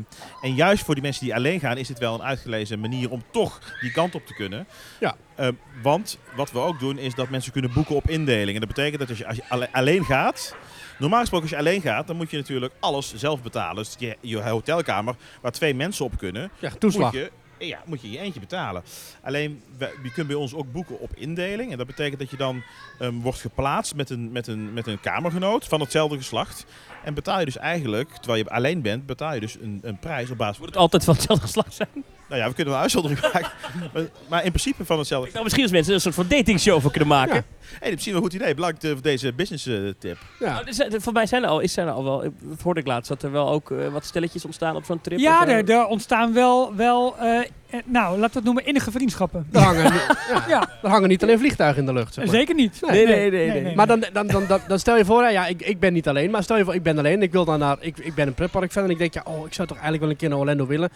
en juist voor die mensen die alleen gaan is dit wel een uitgelezen manier om toch die kant op te kunnen.
Ja.
Ehm, want wat we ook doen is dat mensen kunnen boeken op indeling. En dat betekent dat als je, als je alle- alleen gaat... Normaal gesproken als je alleen gaat, dan moet je natuurlijk alles zelf betalen. Dus je, je hotelkamer waar twee mensen op kunnen,
Ja, toeslag.
moet je, ja, moet je in je eentje betalen. Alleen, we, je kunt bij ons ook boeken op indeling. En dat betekent dat je dan ehm, wordt geplaatst met een, met, een, met een kamergenoot van hetzelfde geslacht. En betaal je dus eigenlijk, terwijl je alleen bent, betaal je dus een, een prijs op basis van...
Moet het altijd van hetzelfde geslacht zijn?
Nou ja, we kunnen wel een uitzondering maken. Maar, maar in principe van hetzelfde...
Ik zou misschien als mensen er een soort van datingshow van kunnen maken.
Ja.
Hé, hey, dat is misschien wel een goed idee. Bedankt eh, voor deze business eh, tip.
Ja.
Oh, er zijn- voor mij zijn er al, is zijn er al wel, ik- dat hoorde ik laatst, dat er wel ook eh, wat stelletjes ontstaan op zo'n trip.
Ja,
en zo.
er, er ontstaan wel, wel eh, eh, nou, laten we het noemen, innige vriendschappen.
Er hangen, ja,
Ja.
er hangen niet alleen vliegtuigen in de lucht. Zeg maar.
Zeker niet.
Nee,
nee, nee, nee, nee.
Maar dan, dan, dan, dan, dan stel je voor, hè, ja, ik, ik ben niet alleen, maar stel je voor, ik ben alleen. Ik, wil dan naar, ik, ik ben een pretpark fan en ik denk, ja, oh, ik zou toch eigenlijk wel een keer naar Orlando willen.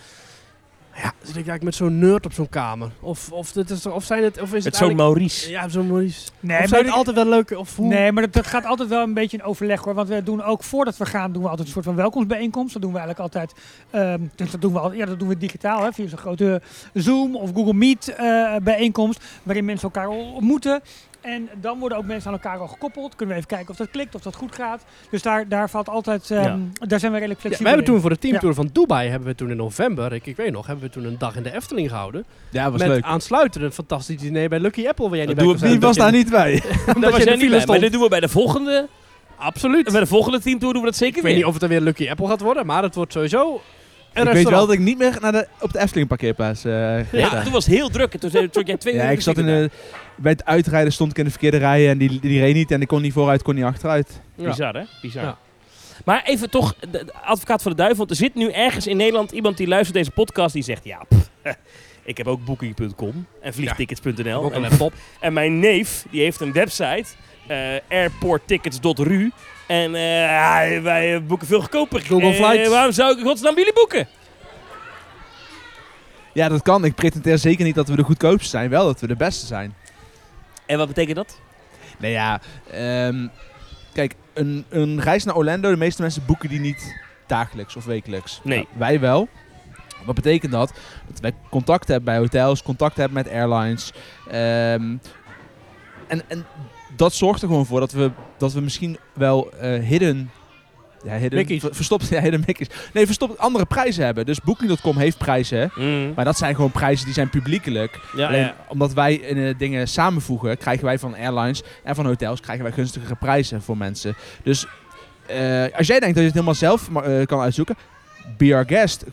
Ja, zit ik eigenlijk met zo'n nerd op zo'n kamer? Of, of, dit is, of, zijn het, of is het
Met zo'n
eigenlijk...
Maurice.
Ja, zo'n Maurice.
nee,
of
maar
zijn het
ik-
altijd wel leuk? Of hoe?
Nee, maar dat, dat gaat altijd wel een beetje in overleg hoor. Want we doen ook voordat we gaan, doen we altijd een soort van welkomstbijeenkomst. Dat doen we eigenlijk altijd. ehm, dus dat doen we al, ja, dat doen we digitaal hè, via zo'n grote Zoom of Google Meet eh, bijeenkomst. Waarin mensen elkaar ontmoeten. En dan worden ook mensen aan elkaar al gekoppeld. Kunnen we even kijken of dat klikt, of dat goed gaat. Dus daar, daar valt altijd. ehm, Daar zijn we redelijk
Ja,
flexibel.
we hebben
in.
toen voor de teamtour van Dubai, hebben we toen in november, ik, ik weet nog, hebben we toen een dag in de Efteling gehouden.
Ja, was
met
leuk.
aansluitend een fantastisch diner bij Lucky Apple, waar jij niet bij
doen
kon
we-
zijn.
Wie was daar niet bij?
Omdat
Daar
je in
zijn
de
niet
file
bij, maar
stond.
dat doen we bij de volgende.
Absoluut.
Bij de volgende teamtour doen we dat zeker
Ik weet
weer.
niet of het er weer Lucky Apple gaat worden, maar het wordt sowieso een
ik
restaurant.
weet wel dat ik niet meer naar de, op de Efteling parkeerplaats eh
ja,
reed daar.
toen was het heel druk. En toen zei toen jij twee
Ja,
uur
ik zat in
muziek
de, bij het uitrijden stond ik in de verkeerde rij en die, die reed niet en ik kon niet vooruit, kon niet achteruit.
gedaan.
Ja.
Bizar, hè? Bizar.
Ja.
Maar even toch, de, de advocaat van de duivel. Want er zit nu ergens in Nederland iemand die luistert deze podcast die zegt... Ja, pff, eh, Ik heb ook booking.com en
heb
vliegtickets.nl.
ook een
En,
laptop.
en mijn neef, die heeft een website, eh, airporttickets.ru. En eh, wij eh, boeken veel goedkoper.
Google
Eh,
Flights.
waarom zou ik in godsnaam jullie boeken?
Ja, dat kan. Ik pretendeer zeker niet dat we de goedkoopste zijn. Wel dat we de beste zijn.
En wat betekent dat?
Nou ja, ehm, kijk, een, een reis naar Orlando, de meeste mensen boeken die niet dagelijks of wekelijks.
Nee.
Nou, wij wel. Wat betekent dat? Dat wij contact hebben bij hotels, contact hebben met airlines. ehm, en, en dat zorgt er gewoon voor dat we, dat we misschien wel eh, hidden... Ja, hidden
Mickeys.
ver- verstopt, ja, hidden Mickeys. Nee, verstopt andere prijzen hebben. Dus Booking.com heeft prijzen, hè. Maar dat zijn gewoon prijzen die zijn publiekelijk.
Mm. Ja,
Alleen,
ja.
omdat wij eh, dingen samenvoegen, krijgen wij van airlines en van hotels krijgen wij gunstigere prijzen voor mensen. Dus eh, als jij denkt dat je het helemaal zelf ma- eh, kan uitzoeken, be our guest.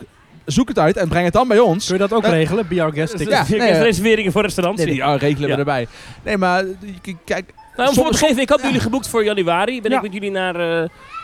Zoek het uit en breng het dan bij ons.
Kun je dat ook
Eh,
regelen? Be our guest ticket.
ja,
Dus je
nee,
krijgt
eh,
reserveringen voor restaurants.
Nee, die ah, regelen
Ja.
we erbij. Nee, maar eh, k- kijk,
Nou, om voorbeeld
Soms-
te geven, ik had jullie geboekt voor januari. Ben
Ja.
ik met jullie naar eh,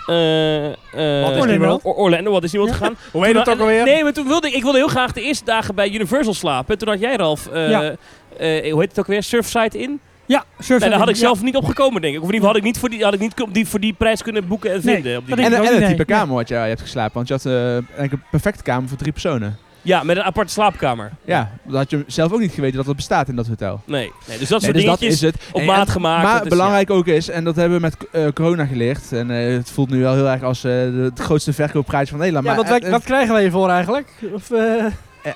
eh, eh,
Walt
Disney World.
Or- Orlando, Walt Disney World gegaan. Hoe
heet dat ook alweer?
Nee, maar toen wilde ik, ik wilde heel graag de eerste dagen bij Universal slapen. Toen had jij, Ralf, eh,
Ja.
eh, hoe heet het ook weer, Surfside in.
Ja, surfen.
Nee, daar had ik
Ja.
zelf niet op gekomen, denk ik. Of in ieder geval had ik niet voor die, had ik niet op die, voor die prijs kunnen boeken en
Nee,
vinden. op die
dat denk
en,
ik ook
en
niet,
het type
nee.
kamer wat je, je hebt geslapen. Want je had eh, eigenlijk een perfecte kamer voor drie personen.
Ja, met een aparte slaapkamer.
Ja, dat had je zelf ook niet geweten dat dat bestaat in dat hotel.
Nee, nee dus dat
Nee,
soort
dus dat
dingetjes
is het.
op
En-
maat gemaakt.
Maar
dat is-
belangrijk ook is, en dat hebben we met eh, corona geleerd. En eh, het voelt nu wel heel erg als eh, de, het grootste verkoopprijs van Nederland.
Ja,
maar
wat, wij-
eh,
wat krijgen wij hiervoor eigenlijk? Of, eh,
eh, eh,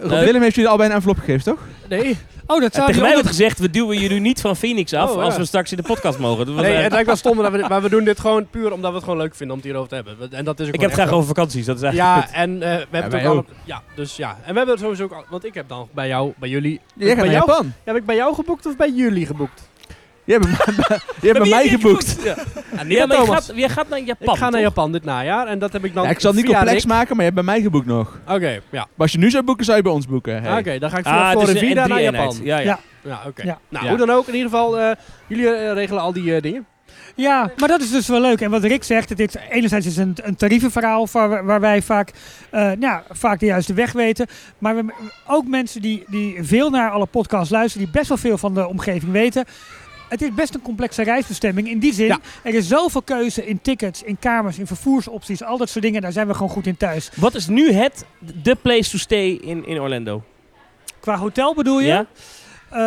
Rob
Eh,
Willem heeft jullie al bij een envelop gegeven, toch?
nee. Eh,
Oh, dat
Ja.
zou
Tegen
die
mij
onder-
wordt gezegd, we duwen jullie niet van Phoenix af
Oh, ja.
als we straks in de podcast mogen. Dat was,
nee,
eh,
het lijkt wel stom, maar we, maar we doen dit gewoon puur omdat we het gewoon leuk vinden om het hierover te hebben. En dat is ook
ik heb het
gewoon echt
graag over vakanties, dat is eigenlijk het
Ja,
punt.
en eh, we hebben
wij
het ook,
ook.
Al, ja, dus ja. En we hebben het sowieso ook al, want ik heb dan bij jou, bij jullie,
Jij gaat
bij
naar
jou?
Japan.
heb ik bij jou geboekt of bij jullie geboekt?
Je hebt, bij- je hebt bij mij geboekt.
Ja,
niet aan
maar je
Thomas.
gaat, je gaat naar
Ik
Japan.
ga naar
toch?
Japan dit najaar en dat heb ik dan.
Ja, ik zal het niet
via
complex
Rick-
maken, maar je hebt bij mij geboekt nog.
Oké, ja.
Maar als je nu zou boeken, zou je bij ons boeken. Hey.
Oké, dan ga ik
Ah,
vanaf
het is een
Florida naar
N3-eenheid.
Japan.
Ja, ja.
Ja.
Ja, oké.
Ja.
Nou,
Ja.
hoe dan ook, in ieder geval, eh, jullie eh, regelen al die eh, dingen.
Ja, maar dat is dus wel leuk. En wat Rick zegt, het is, enerzijds is het een, een tarievenverhaal waar, waar wij vaak, eh, nou ja, vaak de juiste weg weten. Maar we, ook mensen die, die veel naar alle podcasts luisteren, die best wel veel van de omgeving weten. Het is best een complexe reisbestemming. In die zin,
Ja.
er is zoveel keuze in tickets, in kamers, in vervoersopties, al dat soort dingen. Daar zijn we gewoon goed in thuis.
Wat is nu het, de place to stay in, in Orlando?
Qua hotel bedoel je?
Ja?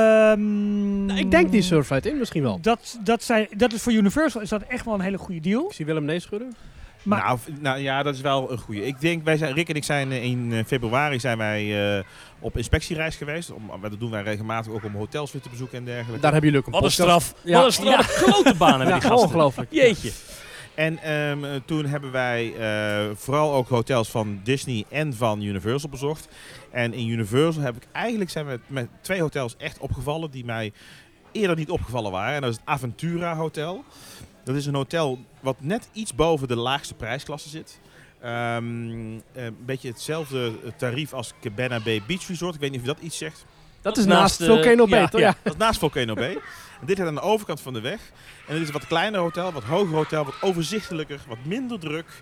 Ehm,
Nou, ik denk die Surfite in misschien wel.
Dat, dat, zijn, dat is voor Universal is dat echt wel een hele goede deal.
Ik zie Willem nee schudden.
Maar-
nou, v- nou ja, dat is wel een goede. Ik denk, wij zijn, Rick en ik zijn eh, in eh, februari zijn wij, eh, op inspectiereis geweest. Om, maar dat doen wij regelmatig ook om hotels weer te bezoeken en dergelijke.
Daar hebben jullie ook een
Wat een
podcast.
straf.
Ja.
Wat een straf. Wat een grote baan hebben die
Ja,
gasten.
ongelooflijk.
Jeetje.
En ehm, eh, toen hebben wij eh, vooral ook hotels van Disney en van Universal bezocht. En in Universal heb ik eigenlijk zijn we met twee hotels echt opgevallen die mij eerder niet opgevallen waren. En dat is het Aventura Hotel. Dat is een hotel wat net iets boven de laagste prijsklasse zit. Ehm, een beetje hetzelfde tarief als Cabana Bay Beach Resort. Ik weet niet of je dat iets zegt.
Dat is naast
eh,
Volcano Bay,
ja,
toch?
ja.
Ja.
Dat is naast Volcano Bay. En dit is aan de overkant van de weg. En dit is een wat kleiner hotel, wat hoger hotel, wat overzichtelijker, wat minder druk,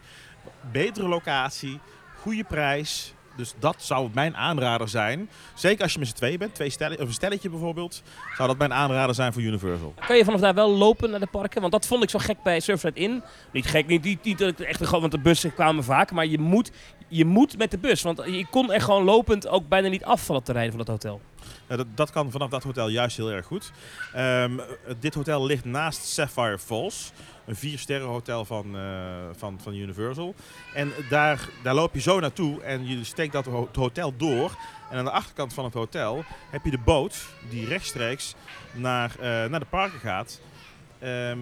betere locatie, goede prijs. Dus dat zou mijn aanrader zijn. Zeker als je met z'n tweeën bent, twee stellen, of een stelletje bijvoorbeeld, zou dat mijn aanrader zijn voor Universal.
Kan je vanaf daar wel lopen naar de parken? Want dat vond ik zo gek bij Surfside Inn. Niet gek, niet, niet, niet dat ik er echt gewoon, want de bussen kwamen vaak. Maar je moet, je moet met de bus. Want je kon echt gewoon lopend ook bijna niet af van het terrein van dat hotel.
Nou, dat, dat kan vanaf dat hotel juist heel erg goed. Ehm, dit hotel ligt naast Sapphire Falls. Een viersterren hotel van, eh, van, van Universal. En daar, daar loop je zo naartoe en je steekt dat ho- het hotel door. En aan de achterkant van het hotel heb je de boot die rechtstreeks naar, eh, naar de parken gaat. Ehm,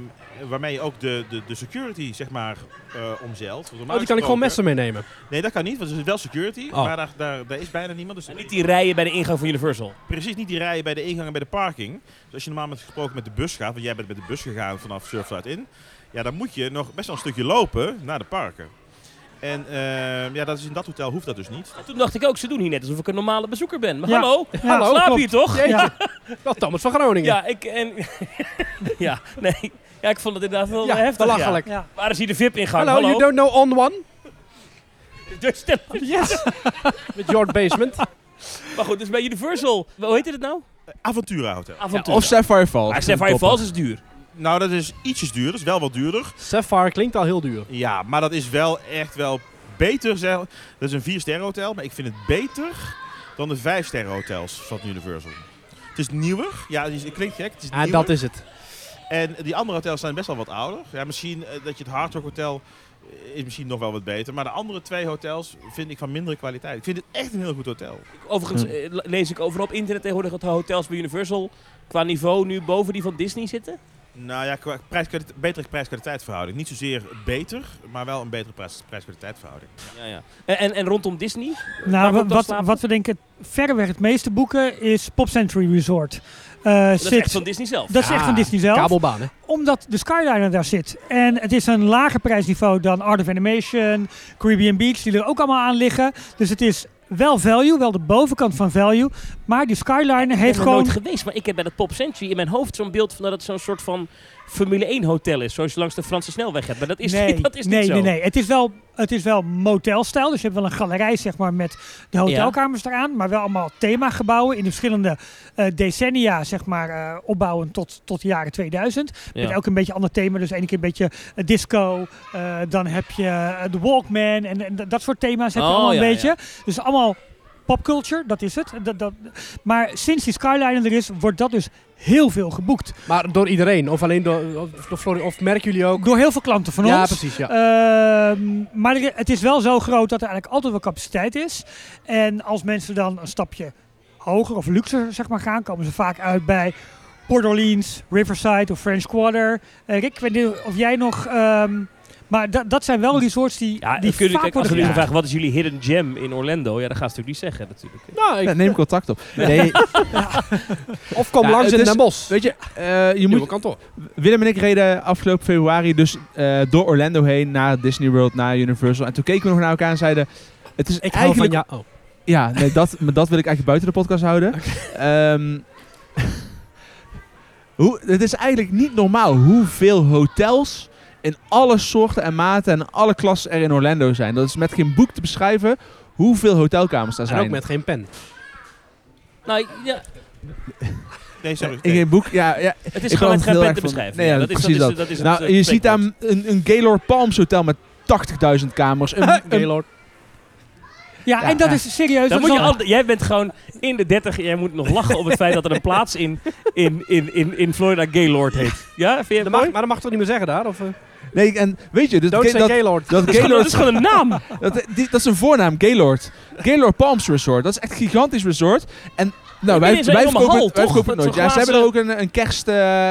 waarmee je ook de, de, de security zeg maar eh, omzeilt. Want normaal
Oh, die kan ik gewoon
gesproken-
met ze meenemen.
Nee, dat kan niet, want er is wel security.
Oh.
Maar daar, daar, daar is bijna niemand. Dus
En niet die rijen bij de ingang van Universal.
precies niet die rijen bij de ingang en bij de parking. Dus als je normaal met gesproken met de bus gaat, want jij bent met de bus gegaan vanaf Surfside in, ja, dan moet je nog best wel een stukje lopen naar de parken. En ehm, ja, dat is in dat hotel hoeft dat dus niet.
En toen dacht ik ook, ze doen hier net alsof ik een normale bezoeker ben. Maar
Ja.
hallo,
Hallo,
slaap
klopt.
hier toch?
Ja.
Wel Thomas van Groningen.
Ja, ik, en, ja, nee. ja, ik vond het inderdaad wel eh,
Ja,
heftig. ja.
belachelijk.
Ja.
Waar is hier de VIP-ingang?
Hallo,
Hallo,
you don't know on one?
Dus stel-
Yes. Met George Basement.
Maar goed, dus bij Universal, hoe heet het nou?
Aventura Hotel.
Avontuur.
Of Sapphire Falls.
Maar Ah, Sapphire Falls is duur.
Nou, dat is ietsjes duurder. is wel wat duurder.
Sapphire klinkt al heel duur.
Ja, maar dat is wel echt wel beter. zeg- Dat is een 4-sterren hotel, maar ik vind het beter dan de 5-sterren hotels van Universal. Het is nieuwer. Ja, het, is- het klinkt gek. Het is
En
nieuwer.
Ah, dat is het.
En die andere hotels zijn best wel wat ouder. Ja, misschien eh, dat je het Hard Rock Hotel eh, is misschien nog wel wat beter. Maar de andere twee hotels vind ik van mindere kwaliteit. Ik vind het echt een heel goed hotel.
Overigens
Hm.
eh, le- lees ik overal op internet tegenwoordig dat hotels bij Universal qua niveau nu boven die van Disney zitten.
Nou ja, qua prijs, betere prijs-kwaliteit verhouding. Niet zozeer beter, maar wel een betere prijs- prijs-kwaliteit verhouding.
Ja, ja. En, en, en rondom Disney?
Nou,
we
wa-
op
wat,
slapen?
wat we denken verreweg het meeste boeken is Pop Century Resort. Eh,
Dat is echt
zit,
van Disney zelf.
dat is echt van
Ah,
Disney zelf.
Kabelbaan, hè?
Omdat de Skyliner daar zit. En het is een lager prijsniveau dan Art of Animation, Caribbean Beach, die er ook allemaal aan liggen. Dus het is wel value, wel de bovenkant van value. Maar die Skyliner
Ik
heeft
ben er
gewoon...
nooit geweest, maar ik heb bij dat Pop Century in mijn hoofd zo'n beeld van dat het zo'n soort van Formule 1 hotel is. Zoals je langs de Franse snelweg hebt. Maar dat is,
nee,
niet, dat is
nee,
niet zo.
nee, nee. Het is wel, het is wel motelstijl. Dus je hebt wel een galerij zeg maar, met de hotelkamers eraan. Maar wel allemaal themagebouwen in de verschillende eh, decennia zeg maar, eh, opbouwen tot, tot de jaren 2000.
Ja.
Met ook een beetje ander thema. Dus de ene keer een beetje eh, disco. eh, dan heb je eh, de Walkman. En, en dat- dat soort thema's heb je
Oh,
allemaal
ja,
een beetje. Dus allemaal popculture, dat is het. Dat, dat. Maar sinds die Skyliner er is, wordt dat dus heel veel geboekt.
Maar door iedereen, of alleen door, of, door Flori- of merken jullie ook?
Door heel veel klanten van
ja,
ons. Eh,
precies, ja.
Ehm, maar er- het is wel zo groot dat er eigenlijk altijd wel capaciteit is. En als mensen dan een stapje hoger of luxer zeg maar, gaan, komen ze vaak uit bij Port Orleans, Riverside of French Quarter. Eh, Rick, ik weet niet of jij nog... ehm, maar da- dat zijn wel resorts die,
Ja,
die
die kunnen,
vaak
kijk, als
worden
jullie
geboekt.
gaan vragen wat is jullie hidden gem in Orlando, ja, dan gaan ze natuurlijk niet zeggen natuurlijk.
Nou, ik-
Ja, neem contact op. Nee,
of kom
Ja,
langs
het
in
is-
Den Bosch.
weet je, eh, je
Nieuwe
moet,
kantoor.
Willem en ik reden afgelopen februari dus eh, door Orlando heen naar Disney World, naar Universal. En toen keken we nog naar elkaar en zeiden, het is
Ik hou van
eigenlijk...
jou. Oh.
Ja, nee, dat, maar dat wil ik eigenlijk buiten de podcast houden. Ehm, hoe, het is eigenlijk niet normaal hoeveel hotels in alle soorten en maten en alle klassen er in Orlando zijn. Dat is met geen boek te beschrijven hoeveel hotelkamers daar
En
zijn.
ook met geen pen.
Nou, ja,
Nee, sorry.
In geen boek, ja. ja.
het is
Ik
gewoon
ben
met geen
heel
pen
erg
te
van-
beschrijven.
nee,
ja,
ja,
dat is,
precies
dat. Is,
dat.
dat is het,
Nou,
eh,
je ziet daar
spreekwoord.
een, een Gaylord Palms hotel met 80.000 kamers. Een, een
Gaylord.
Ja,
Ja,
en dat
ja.
is
Dan
serieus. dat
moet
is
je
al-
al- jij bent gewoon in de 30 en jij moet nog lachen op het feit dat er een plaats in, in, in, in, in Florida Gaylord heet. Ja, vind je het
Dat mag,
mooi?
maar dat mag toch niet meer zeggen daar? Of, eh
Nee, en weet je, dat,
Don't say
dat,
Gaylord.
dat
Dat is, gewoon, dat is
Gaylord,
gewoon een naam.
dat, eh, die- dat is een voornaam, Gaylord. Gaylord Palms Resort, dat is echt een gigantisch resort. En
Nee,
nou, wij,
nee, zo'n
wij,
enorme
verkopen,
hal,
het- wij
toch?
verkopen het
Met
nooit.
zo'n
Ja, ze hebben er ook
glazen-
een, een kerst eh,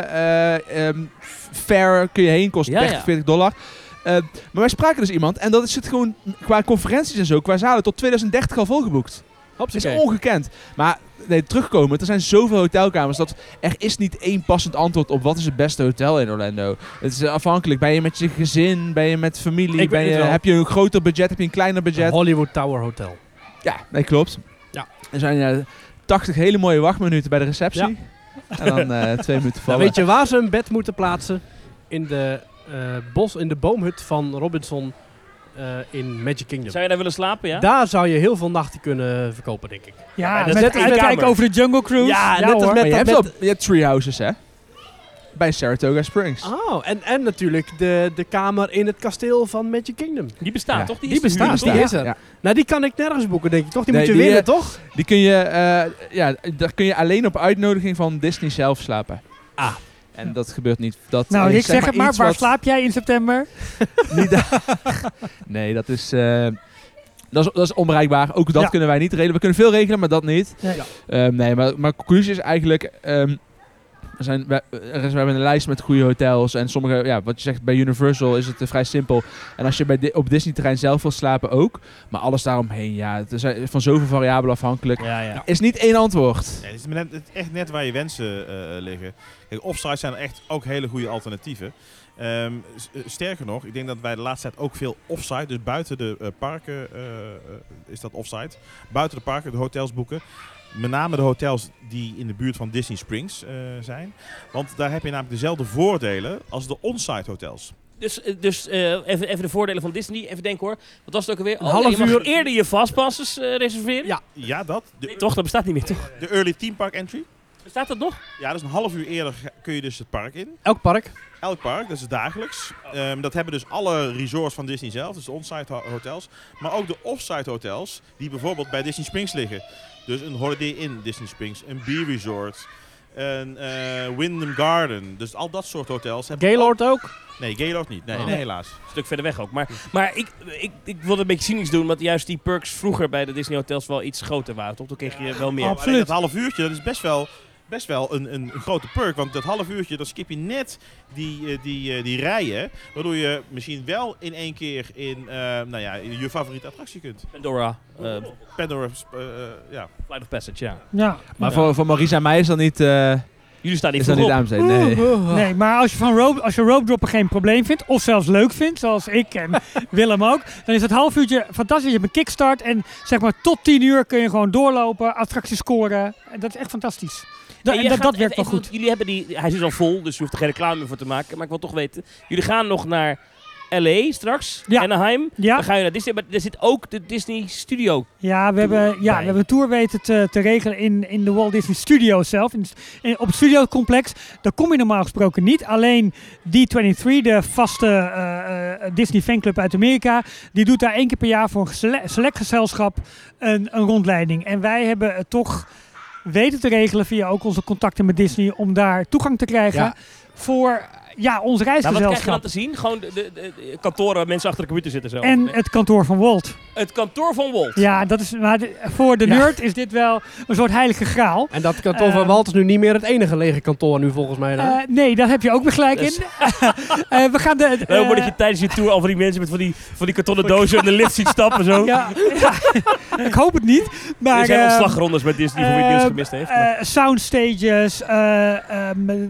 eh, ehm, fair, kun je heen, kost
Ja, ja.
30, 40 dollar. Eh, maar wij spraken dus iemand en dat zit gewoon qua conferenties en zo, qua zalen, tot 2030 al volgeboekt. Het is
Hopsakee.
ongekend. Maar nee, terugkomen, er zijn zoveel hotelkamers dat er is niet één passend antwoord op wat is het beste hotel in Orlando. Het is eh, afhankelijk. Ben je met je gezin, ben je met familie,
Ik
ben
weet
je,
het wel.
heb je een groter budget, heb je een kleiner budget?
Hollywood Tower Hotel.
Ja, nee, klopt.
Oh. Ja.
Er zijn eh, 80 hele mooie wachtminuten bij de receptie. En dan eh, twee minuten
Dan
vallen.
weet je waar ze een bed moeten plaatsen? In de, eh, bos, in de boomhut van Robinson eh, in Magic Kingdom.
Zou je daar willen slapen, ja?
Daar zou je heel veel nachten kunnen verkopen, denk ik.
Ja,
dat
met
zet is
uitkijk
kamer.
over de Jungle Cruise.
net als
hoor.
met-
maar je
dat
hebt, wel, je hebt tree houses, hè? Bij Saratoga Springs.
Oh, en, en natuurlijk de, de kamer in het kasteel van Magic Kingdom.
Die bestaat,
Ja,
toch?
die
is te
bestaat,
huur,
Dus
die
toch?
is er. Nou, die kan ik nergens boeken, denk ik, toch? Die
Nee,
moet je
die,
winnen,
eh,
toch?
Die kun je, eh, ja, daar kun je alleen op uitnodiging van Disney zelf slapen.
Ah.
En dat gebeurt niet. Dat
Nou,
is,
Rick, zeg het maar.
iets
Waar
wat
slaap jij in september?
niet daar- nee, dat is, eh, dat is, dat is onbereikbaar. Ook dat
Ja.
kunnen wij niet regelen. We kunnen veel regelen, maar dat niet.
Nee.
Ja.
Ehm, nee, maar, maar conclusie is eigenlijk... ehm, we, zijn, we, er is- we hebben een lijst met goede hotels. En sommige, ja, wat je zegt, bij Universal is het eh, vrij simpel. En als je bij Di- op Disney-terrein zelf wil slapen ook. Maar alles daaromheen, ja, het is eh, van zoveel variabelen afhankelijk.
Ja, ja.
Is niet één antwoord.
Nee, het is maar net, het is echt net waar je wensen eh, eh, liggen. Kijk, offsite zijn er echt ook hele goede alternatieven. Ehm, s- eh, sterker nog, ik denk dat wij de laatste tijd ook veel offsite, dus buiten de eh, parken eh, eh, is dat offsite. Buiten de parken, de hotels boeken. Met name de hotels die in de buurt van Disney Springs eh, zijn. Want daar heb je namelijk dezelfde voordelen als de onsite hotels.
Dus, eh, dus eh, even, even de voordelen van Disney. Even denken hoor. Wat was het ook alweer?
Een
Oh,
half
je mag
uur-
eerder je fastpasses eh, reserveren.
Ja.
Ja, dat.
Nee,
De,
toch? Dat bestaat niet meer, toch?
de early team park entry.
Bestaat dat nog?
Ja, dus een half uur eerder ga- kun je dus het park in.
Elk park.
Elk park, dat is dagelijks. Ehm, dat hebben dus alle resorts van Disney zelf, dus de on-site ho- hotels. Maar ook de off-site hotels, die bijvoorbeeld bij Disney Springs liggen. Dus een Holiday Inn Disney Springs, een B-resort, een eh, Wyndham Garden. Dus al dat soort hotels. hebben
Gaylord ook.
ook- Nee, Gaylord niet. Nee,
Oh.
nee, helaas.
Een stuk verder weg ook. Maar, maar ik, ik, ik wilde een beetje cynisch doen. Want juist die perks vroeger bij de Disney hotels wel iets groter waren. Toch? Toen kreeg je wel meer.
Ja, maar
Absoluut.
alleen Dat half uurtje, dat is best wel, best wel een, een, een grote perk. Want dat half uurtje, dan skip je net die, eh, die, eh, die rijen. Waardoor je misschien wel in één keer in eh, nou ja, in je favoriete attractie kunt.
Pandora. eh,
Pandora's, eh, eh, ja.
Flight of Passage, ja.
Ja.
Maar voor, voor Marisa Meij is dat niet, eh,
Jullie staan niet
is
vroeg
dat niet
op.
aan te zijn. Nee.
Oh,
Nee, maar als je, van rope, als je rope droppen geen probleem vindt, of zelfs leuk vindt, zoals ik en Willem ook, dan is dat half uurtje fantastisch. Je hebt een kickstart en zeg maar tot 10 uur kun je gewoon doorlopen, attracties scoren. En dat is echt fantastisch. Da-
En
en
jij
dat,
gaat
dat werkt wel
even-
goed.
want Jullie hebben die, hij is al vol, dus je hoeft er geen reclame meer voor te maken. Maar ik wil toch weten, jullie gaan nog naar L.A. straks,
Ja.
Anaheim.
Ja,
Dan ga je naar Disney, maar er zit ook de Disney Studio.
ja, we, hebben, ja
bij.
we hebben een tour weten te, te regelen in, in de Walt Disney Studio zelf. In, in- op het studiocomplex, daar kom je normaal gesproken niet. Alleen D23, de vaste eh, eh, Disney fanclub uit Amerika, die doet daar één keer per jaar voor een sele- select gezelschap een, een rondleiding. En wij hebben het toch weten te regelen via ook onze contacten met Disney om daar toegang te krijgen
Ja.
voor ja,
Nou,
ons
wat krijg je dan
reisgezelschap.
te zien? Gewoon de, de, de- de kantoren waar mensen achter de computer zitten. Zo.
En het kantoor van Walt.
het kantoor van Walt.
Ja, dat is, maar de- voor de
Ja.
nerd is dit wel een soort heilige graal.
En dat kantoor van
Ehm.
Walt is nu niet meer het enige lege kantoor nu volgens mij. hè?
Eh, nee, daar heb je ook weer gelijk
Dus-
in. Eh, we gaan de... eh,
Heel mooi dat je tijdens je tour al van die mensen met van die, van die kartonnen dozen in de lift ziet stappen. Zo.
ja, ja, ik hoop het niet. Maar,
er zijn
eh,
ontslagrondes bij Disney voor wie het nieuws
eh,
gemist heeft. maar-
eh, soundstages, eh, ehm, eh,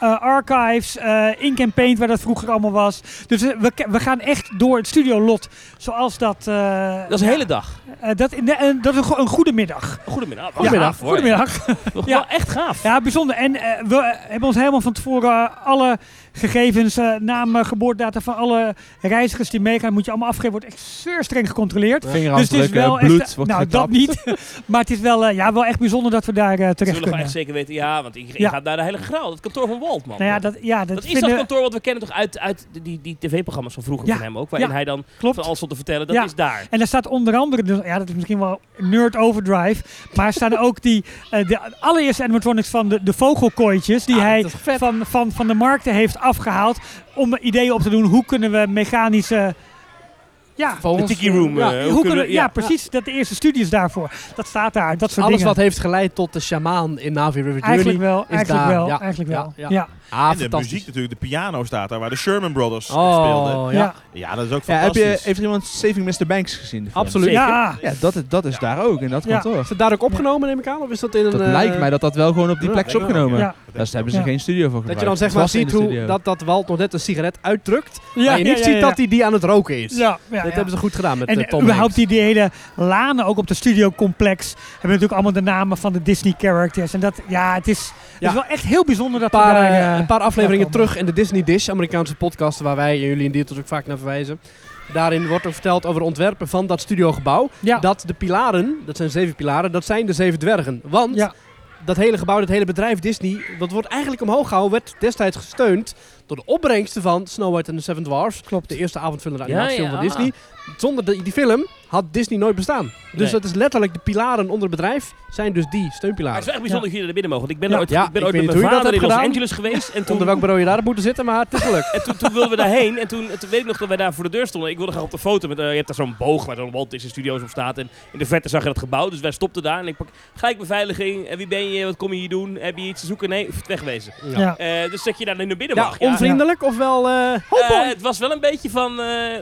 eh, archives, eh, ink en paint waar dat vroeger allemaal was. Dus eh, we, ke- we gaan echt door het studiolot zoals dat... eh,
dat is een hele dag.
eh, dat, in de- eh, dat is een, go- een goede middag.
Goedemiddag.
Goedemiddag.
Ja,
Goedemiddag.
Toch
Ja.
Wel echt gaaf.
Ja, bijzonder. En eh, we hebben ons helemaal van tevoren eh, alle gegevens, eh namen, geboortedata van alle reizigers die meegaan, moet je allemaal afgeven. Wordt echt zeer streng gecontroleerd. Dus het is
Vingerafdrukken,
wel
bloed
echt,
wordt
nou, dat
gekapt.
niet. maar het is wel, eh, ja, wel echt bijzonder dat we daar eh,
Ze
terecht
willen gewoon
kunnen.
echt zeker weten, ja, want je, je
Ja.
gaat naar de Heilige Graal. Dat kantoor van Walt, man.
Nou ja, dat, ja, dat,
Dat is dat
vinden,
kantoor wat we kennen toch uit, uit die, die, die tv-programma's van vroeger
Ja.
van hem ook. Waarin
Ja.
hij dan van
klopt.
alles stond te vertellen, dat
Ja.
is daar.
En daar staat onder andere, dus, ja, dat is misschien wel nerd overdrive, maar staan er ook die, eh, de allereerste animatronics van de, de vogelkooitjes die
Ah,
hij
dat is vet.
van, van, van de markten heeft afgehaald om ideeën op te doen hoe kunnen we mechanische... Ja,
De
Vogels,
Tiki Room.
ja.
eh,
Ja,
hoe
hoe
kunnen we-
ja,
ja.
precies. Dat de eerste studies daarvoor. Dat staat daar. Dat soort
Alles
dingen.
wat heeft geleid tot de shamaan in Navi River Journey.
eigenlijk wel, eigenlijk
daar,
wel,
ja,
eigenlijk wel.
ja,
Ja,
Ah,
en de
fantastisch.
muziek natuurlijk, de piano staat daar waar de Sherman Brothers speelden.
Oh, ja.
Ja.
Ja, dat is ook
Ja, heb je,
fantastisch.
heeft er iemand Saving Mr. Banks gezien? de film?
Absoluut.
Zeker.
Ja.
Ja, dat, is- dat is daar ook, in dat
Ja.
kantoor.
Is het daar ook opgenomen, neem ik aan? Of is dat in een...
Dat
eh,
lijkt mij dat dat wel gewoon op die
ja,
plek is
Ja,
Ja.
opgenomen.
denk
Daar
ik
hebben
ook.
ze
Ja.
geen studio voor gebruikt.
Dat je dan zeg
Het
maar
was in
ziet
de
hoe
studio.
dat, dat Walt nog net een sigaret uitdrukt.
Ja,
maar je
ja,
niet
ja,
ziet
ja.
dat hij die aan het roken is.
Ja, ja,
dat
ja.
hebben ze goed gedaan met
en
eh, Tom
überhaupt
Hanks.
die, die hele lanen ook op de studiocomplex hebben natuurlijk allemaal de namen van de Disney characters. En dat, ja, het is, het
Ja.
is wel echt heel bijzonder dat
Een paar,
we daar...
eh,
eh,
een paar afleveringen
ja,
terug in de Disney Dish, Amerikaanse podcast, waar wij en jullie in Diertels ook vaak naar verwijzen. Daarin wordt er verteld over de ontwerpen van dat studiogebouw.
ja.
Dat de pilaren, dat zijn zeven pilaren, dat zijn de zeven dwergen. Want
Ja.
dat hele gebouw, dat hele bedrijf Disney, dat wordt eigenlijk omhoog gehouden, werd destijds gesteund door de opbrengsten van Snow White and the Seven Dwarfs. Klopt. De eerste avondvullende
Ja,
animatiefilm
ja,
van
ah.
Disney. Zonder die, die film had Disney nooit bestaan. Dus
Nee.
dat is letterlijk de pilaren onder het bedrijf, zijn dus die
Maar
steunpilaren.
het is echt bijzonder dat jullie er binnen mogen. Want ik ben
Ja.
ooit,
Ja,
ik ben
ik
ooit
weet
met
niet
mijn
hoe je dat
vader in
hebt
Los
gedaan.
Angeles geweest. En toen,
Onder welk bureau je daar had moeten zitten, maar het is gelukt.
en toen, toen wilden we daarheen. En toen, toen weet ik nog dat wij daar voor de deur stonden. Ik wilde graag op de foto. Met, eh, je hebt daar zo'n boog waar zo'n Walt Disney Studios op staat. En in de verte zag je dat gebouw. Dus wij stopten daar. En ik pak gelijk beveiliging. En wie ben je? Wat kom je hier doen? Heb je iets te zoeken? Nee, wegwezen.
Ja. Ja.
Eh, dus dat je daar nu naar binnen
Ja,
mag.
onvriendelijk of wel... eh,
Eh, het was wel een beetje van... eh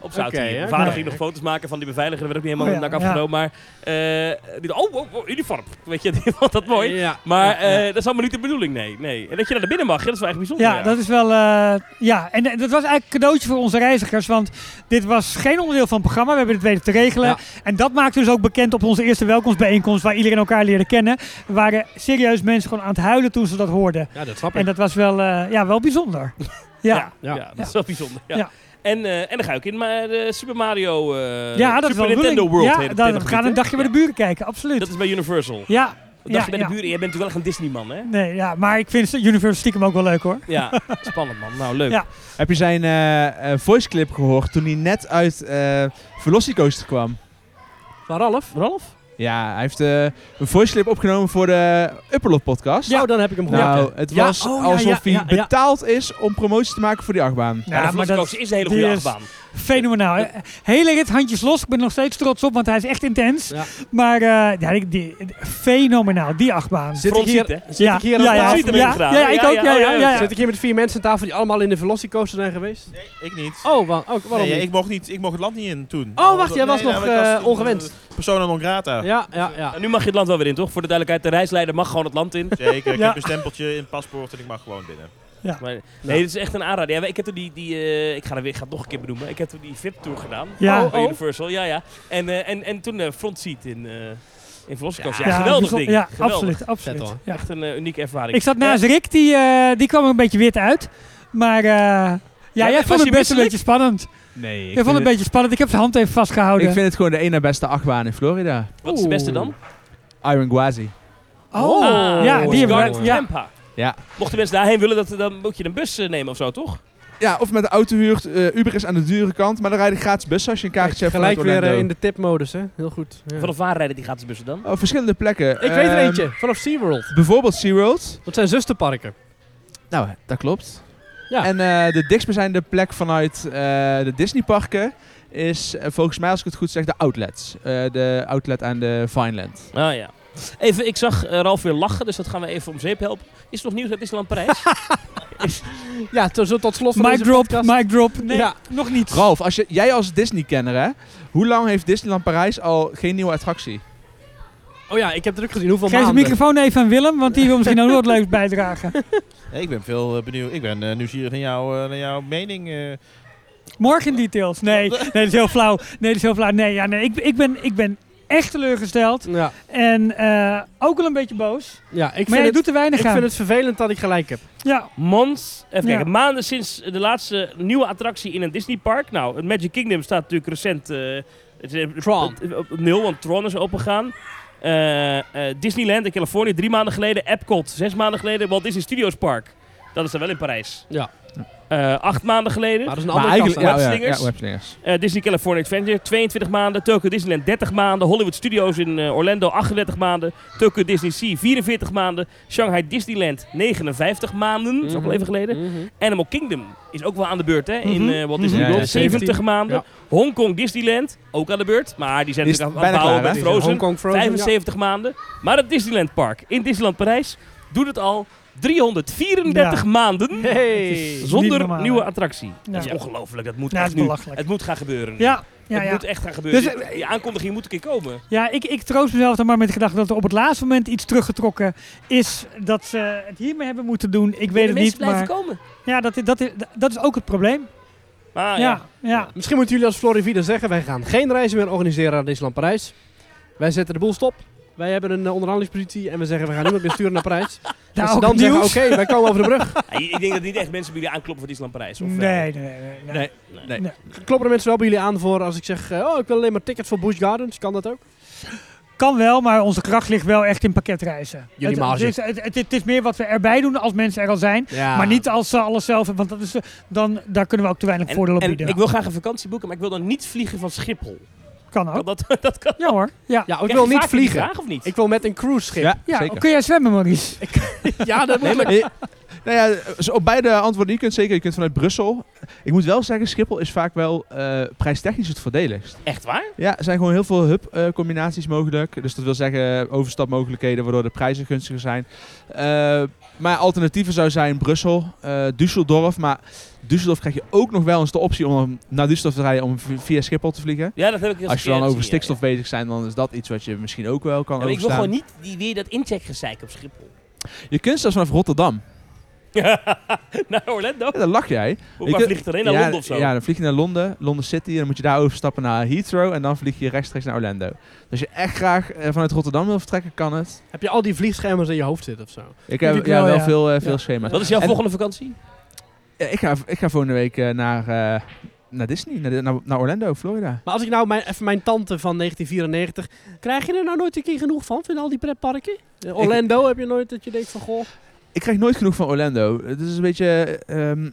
op zout
Oké,
hier.
hè?
Mijn vader
Nee.
ging nog foto's maken van die beveiliger. Daar werd ook niet helemaal
Oh ja,
naar afgenomen. Maar eh, die, oh, oh, oh, uniform. Weet je, die vond dat mooi.
Ja.
Maar
Ja, ja.
eh, dat is allemaal niet de bedoeling, nee. nee. En dat je naar binnen mag, ja, dat is wel echt bijzonder.
Ja, dat is wel. eh, ja, en eh, dat was eigenlijk een cadeautje voor onze reizigers. Want dit was geen onderdeel van het programma. We hebben dit weten te regelen.
Ja.
En dat maakte dus ook bekend op onze eerste welkomstbijeenkomst. Waar iedereen elkaar leerde kennen. Er waren serieus mensen gewoon aan het huilen toen ze dat hoorden.
ja, dat snap ik.
En dat was wel, eh, ja, wel bijzonder. Ja,
Ja,
Ja.
dat is wel bijzonder. Ja.
Ja.
En, eh, en dan ga ik in maar, eh, Super Mario eh
ja dat is wel
Super
een
Nintendo
rulling.
World.
Ja, dan we gaan een dagje bij de buren kijken, absoluut.
Dat is bij Universal. Een
ja,
dagje bij
ja.
de buren. Jij bent natuurlijk wel echt een Disney-man, hè?
nee, ja, maar ik vind Universal stiekem ook wel leuk hoor.
Ja, spannend man. Nou, leuk.
Ja.
Heb je zijn eh, eh, voice clip gehoord toen hij net uit eh Velocicoaster kwam?
Maar Ralf?
Ralf?
Ja, hij heeft eh, een voice clip opgenomen voor de Upperlot podcast.
Ja, Oh, dan heb ik hem gehoord.
Nou,
ja.
het
Ja,
was
oh, ja,
alsof
ja,
hij
ja, ja.
betaald is om promotie te maken voor die achtbaan.
Ja,
Ja, maar dat
is een hele
die
goede
is-
achtbaan.
Fenomenaal. hè. Hele rit, handjes los. Ik ben er nog steeds trots op, want hij is echt intens.
Ja.
Maar eh, ja, die, die- fenomenaal, die achtbaan.
Zit ik
Front
hier,
seat, hè?
zit ik hier aan
ja, ja,
tafel?
ziet hem
ja,
inderdaad.
ja, ja, ik
Ja,
ook.
ja,
Ja, ja,
oh, ja,
ja, ja.
Zit ik hier met vier mensen aan tafel die allemaal in de Velocicoaster zijn geweest?
Nee, ik niet.
Oh, wa- oh waarom
Nee,
niet?
ik mocht niet. Ik mocht het land niet in toen.
Oh, wacht, jij was
Nee,
nog,
maar ik
eh,
toen, eh,
ongewenst.
Persona non grata.
Ja, ja, ja.
En nu mag je het land wel weer in, toch? Voor de duidelijkheid, de reisleider mag gewoon het land in.
Zeker, ik
Ja.
heb een stempeltje in het paspoort en ik mag gewoon binnen.
Maar, nee, dit is echt een aanrader. Ja, maar ik heb toen die, die eh, ik ga er weer, ik ga het nog een keer benoemen. Ik heb toen die VIP-tour gedaan
Ja.
bij
Oh.
Universal. Ja, ja. En, eh, en, en toen eh Front Seat in, eh in Velocicoaster. Ja,
Ja,
geweldig
bijzonder-
ding.
Ja,
Geweldig.
absoluut.
Vet
absoluut.
hoor.
Ja.
Echt een eh, unieke ervaring.
Ik zat
Eh,
naast Rick, die, eh, die kwam er een beetje wit uit. Maar eh, ja, jij
was hij
vond het best een
misselijk?
beetje spannend.
Nee,
Jij vond het een beetje spannend. Ik heb zijn hand even vastgehouden.
ik vind het gewoon de ene na beste achtbaan in Florida.
Wat is de beste dan?
Iron Gwazi.
Oh,
Ah,
ja,
Orange
die hebben
Garden
we-
of
ja.
Tampa.
Ja.
Mochten mensen daarheen willen, dat, dan moet je een bus eh, nemen of zo, toch?
Ja, of met de auto huurt. eh, Uber is aan de dure kant, maar dan rijden gratis bussen als je een kaartje hebt
Gelijk
vanuit
weer eh,
Orlando.
in de tipmodus, hè? Heel goed. ja.
Vanaf waar rijden die gratis bussen dan?
Oh, verschillende plekken.
Ik weet er
Ehm,
eentje, vanaf SeaWorld.
Bijvoorbeeld SeaWorld.
Dat zijn zusterparken.
Nou, dat klopt.
Ja.
En eh, de dichtstbijzijnde plek vanuit eh, de Disneyparken is, eh, volgens mij als ik het goed zeg, de outlets. Eh, de outlet aan de Vineland.
Ah ja. Even, ik zag eh, Ralf weer lachen, dus dat gaan we even om zeep helpen. Is er nog nieuws uit Disneyland Parijs?
Ja, tot, zo tot slot van
Mic
deze
drop,
podcast.
mic drop. Nee,
Ja.
nog niet.
Ralf, als je, jij als Disney-kenner, hè, hoe lang heeft Disneyland Parijs al geen nieuwe attractie?
Oh ja, ik heb druk gezien hoeveel
Geef de
maanden.
microfoon even aan Willem, want die wil misschien ook nog wat leuks bijdragen.
Nee, ik ben veel eh, benieuwd. Ik ben eh, nieuwsgierig naar, jou, eh, naar jouw mening. eh.
Morgen details. Nee, nee, dat is heel flauw. Nee, dat is heel flauw. Nee, ja, nee ik, ik, ben, ik ben echt teleurgesteld.
Ja,
En eh, ook wel een beetje boos.
ja ik,
maar
vind
je
het,
doet er weinig
ik
aan.
vind het vervelend dat ik gelijk heb.
Ja,
Mons, even
Ja.
kijken, maanden sinds de laatste nieuwe attractie in een Disneypark. Nou, het Magic Kingdom staat natuurlijk recent eh, het is-
Tron.
op- op op nul, want Tron is opengegaan. Eh, eh, Disneyland in Californië drie maanden geleden. Epcot zes maanden geleden. Walt Disney Studios Park. Dat is dan wel in Parijs.
Ja.
Eh, acht maanden geleden.
Maar dat is een andere kast.
ja,
hè?
oh ja,
Webslingers.
ja, webslingers.
Eh, Disney California Adventure 22 maanden, Tokyo Disneyland 30 maanden, Hollywood Studios in eh, Orlando 38 maanden, Tokyo Disney Sea 44 maanden, Shanghai Disneyland 59 maanden, dat is ook al even geleden.
Mhm.
Animal Kingdom is ook wel aan de beurt hè, in
Mhm.
eh, Walt Disney
Ja,
World,
ja,
70
17.
maanden.
Ja.
Hongkong Disneyland ook aan de beurt, maar die zijn
Die is
natuurlijk aan het
bijna
bouwen
klaar,
met
hè?
Frozen,
Hongkong Frozen. ja.
75 maanden. Maar het Disneyland Park in Disneyland Parijs doet het al 334
Ja.
maanden.
Hey.
Niet
Zonder
normaal,
nieuwe
hè?
attractie. Dat is
Ja.
ongelooflijk. Dat moet
Ja,
echt
dat is
nu.
belachelijk.
Het moet gaan gebeuren.
ja, ja,
het
ja.
moet echt gaan gebeuren.
Dus,
Die- die aankondiging moet een keer komen.
ja ik, ik troost mezelf dan maar met de gedachte dat er op het laatste moment iets teruggetrokken is. Dat ze het hiermee hebben moeten doen. Ik weet
de
het
mensen
niet,
blijven
maar
komen.
ja, dat, is- dat, is, dat is ook het probleem.
Ah,
Maar ja.
ja, ja.
Misschien moeten jullie als Florivida zeggen, wij gaan geen reizen meer organiseren naar Disneyland Parijs. Wij zetten de boel stop. Wij hebben een eh, onderhandelingspositie en we zeggen, we gaan niemand meer sturen naar Parijs. Dat ze
Nou, ook
dan
het
zeggen,
nieuws.
oké, wij komen over de brug.
Ja, ik denk dat niet echt mensen bij jullie aankloppen voor Disneyland Parijs. Of, eh,
Nee, nee, nee. nee.
Nee.
Kloppen de mensen wel bij jullie aan voor als ik zeg, eh, oh, ik wil alleen maar tickets voor Busch Gardens. Kan dat ook?
Kan wel, maar onze kracht ligt wel echt in pakketreizen.
Jullie
het,
marge.
Het, is- het, het, het is meer wat we erbij doen als mensen er al zijn.
Ja.
Maar niet als ze alles zelf hebben, want dat is, eh, dan, daar kunnen we ook te weinig voordeel
en,
op
en
bieden.
ik wil graag een vakantie boeken, maar ik wil dan niet vliegen van Schiphol.
kan
Kan
ook.
dat, dat kan.
Ja hoor. Ja.
Ja, Oh. ik
Krijg
wil
je
niet
vaker die
vliegen.
Vraag, of niet?
Ik wil met een cruiseschip.
Ja,
Ja,
zeker.
kun jij zwemmen, Maurice?
Ja, dat moet
Eh, nou ja, dus op beide antwoorden, je kunt zeker, je kunt vanuit Brussel. Ik moet wel zeggen, Schiphol is vaak wel eh, prijstechnisch het voordeligst.
Echt waar?
Ja, er zijn gewoon heel veel hub-combinaties mogelijk. Dus dat wil zeggen overstapmogelijkheden waardoor de prijzen gunstiger zijn. Eh, maar alternatieven zou zijn Brussel, eh Düsseldorf. Maar Düsseldorf krijg je ook nog wel eens de optie om dan naar Düsseldorf te rijden om v- via Schiphol te vliegen.
Ja, dat heb ik eens
Als je
een
dan
keer
over
gezien, ja,
stikstof bezig bent, dan is dat iets wat je misschien ook wel kan
ja. Ja, maar ik wil
overstaan.
gewoon niet die, weer dat incheckgezeik op Schiphol.
Je kunt zelfs vanaf Rotterdam.
Naar Nou, Orlando?
Ja, dan lach jij.
Hoe
Je
maar
kunt-
vliegt er een naar
ja,
Londen of zo?
Ja, dan vlieg je naar Londen, Londen City. En dan moet je daar overstappen naar Heathrow. En dan vlieg je rechtstreeks naar Orlando. Dus als je echt graag eh, vanuit Rotterdam wil vertrekken, kan het.
Heb je al die vliegschermen in je hoofd zitten of zo?
Ik heb
Ik
ja,
wel,
wel
ja.
veel, eh, veel
Ja.
schema's.
Wat is jouw
En-
volgende vakantie?
Ja, ik, ga, ik ga volgende week eh, naar, eh, naar Disney, naar, naar, naar Orlando, Florida.
Maar als ik nou mijn, even mijn tante van 1994... Krijg je er nou nooit een keer genoeg van, van al die pretparken? In Orlando heb je nooit dat je denkt van, goh...
Ik krijg nooit genoeg van Orlando. Het is een beetje... ehm,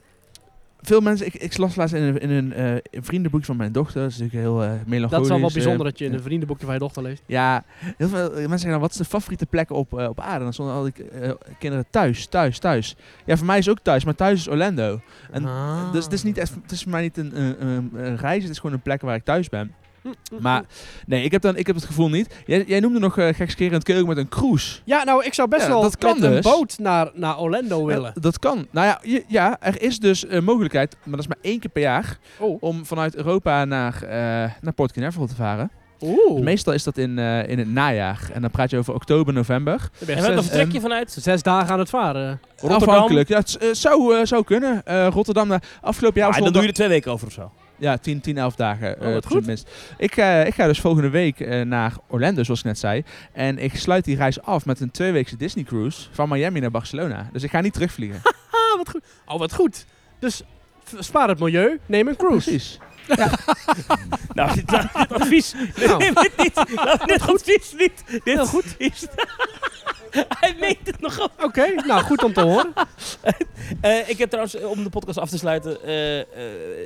veel mensen... Ik, ik las laatst in een, in een eh, vriendenboek van mijn dochter. Dat is natuurlijk heel eh melancholisch.
Dat is wel wat
eh,
bijzonder dat je in
ja.
een vriendenboekje van je dochter leest.
Ja, heel veel eh, mensen zeggen dan, wat is de favoriete plek op, eh, op aarde? En dan stonden al die eh, kinderen thuis, thuis, thuis. Ja, voor mij is ook thuis, maar thuis is Orlando. En
Ah.
Dus het is, niet echt, het is voor mij niet een, een, een- een reis, het is gewoon een plek waar ik thuis ben. Maar nee, ik heb, dan, ik heb het gevoel niet. Jij, jij noemde nog eh gekskerend keuken met een cruise.
Ja, nou, ik zou best
Ja,
wel
dat kan
met een
dus.
boot naar, naar Orlando willen.
Ja, dat kan. Nou ja, je- ja, er is dus een mogelijkheid, maar dat is maar één keer per jaar,
Oh.
om vanuit Europa naar, eh, naar Port Canaveral te varen.
Oh.
Oeh.
Meestal is dat in, eh, in het najaar. En dan praat je over oktober, november.
Daar ben je
En waar
zes- ehm,
dat-
vertrek je vanuit?
Zes dagen aan het varen.
Rotterdam.
Afhankelijk. Ja, het z- eh, zou, eh, zou kunnen. Eh, Rotterdam, naar afgelopen jaar...
Ja,
was
Ah, dan doe je
Rotterdam-
er twee weken over of zo.
Ja, 10, 10 11 dagen.
Oh,
eh,
wat
op zijn
goed.
minst. Ik, eh, ik ga dus volgende week eh, naar Orlando, zoals ik net zei. En ik sluit die reis af met een tweeweekse Disney cruise van Miami naar Barcelona. Dus ik ga niet terugvliegen.
Ah, wat goed. Oh, wat goed. Dus v- spaar het milieu, neem een cruise.
Precies.
Nou, dit, dit advies.
Nou.
Neem het niet. Laat dit advies niet. Dit
Heel goed.
is. Hij meent het nog
Oké, nou goed om te horen.
Eh, ik heb trouwens, eh, om de podcast af te sluiten, eh, eh,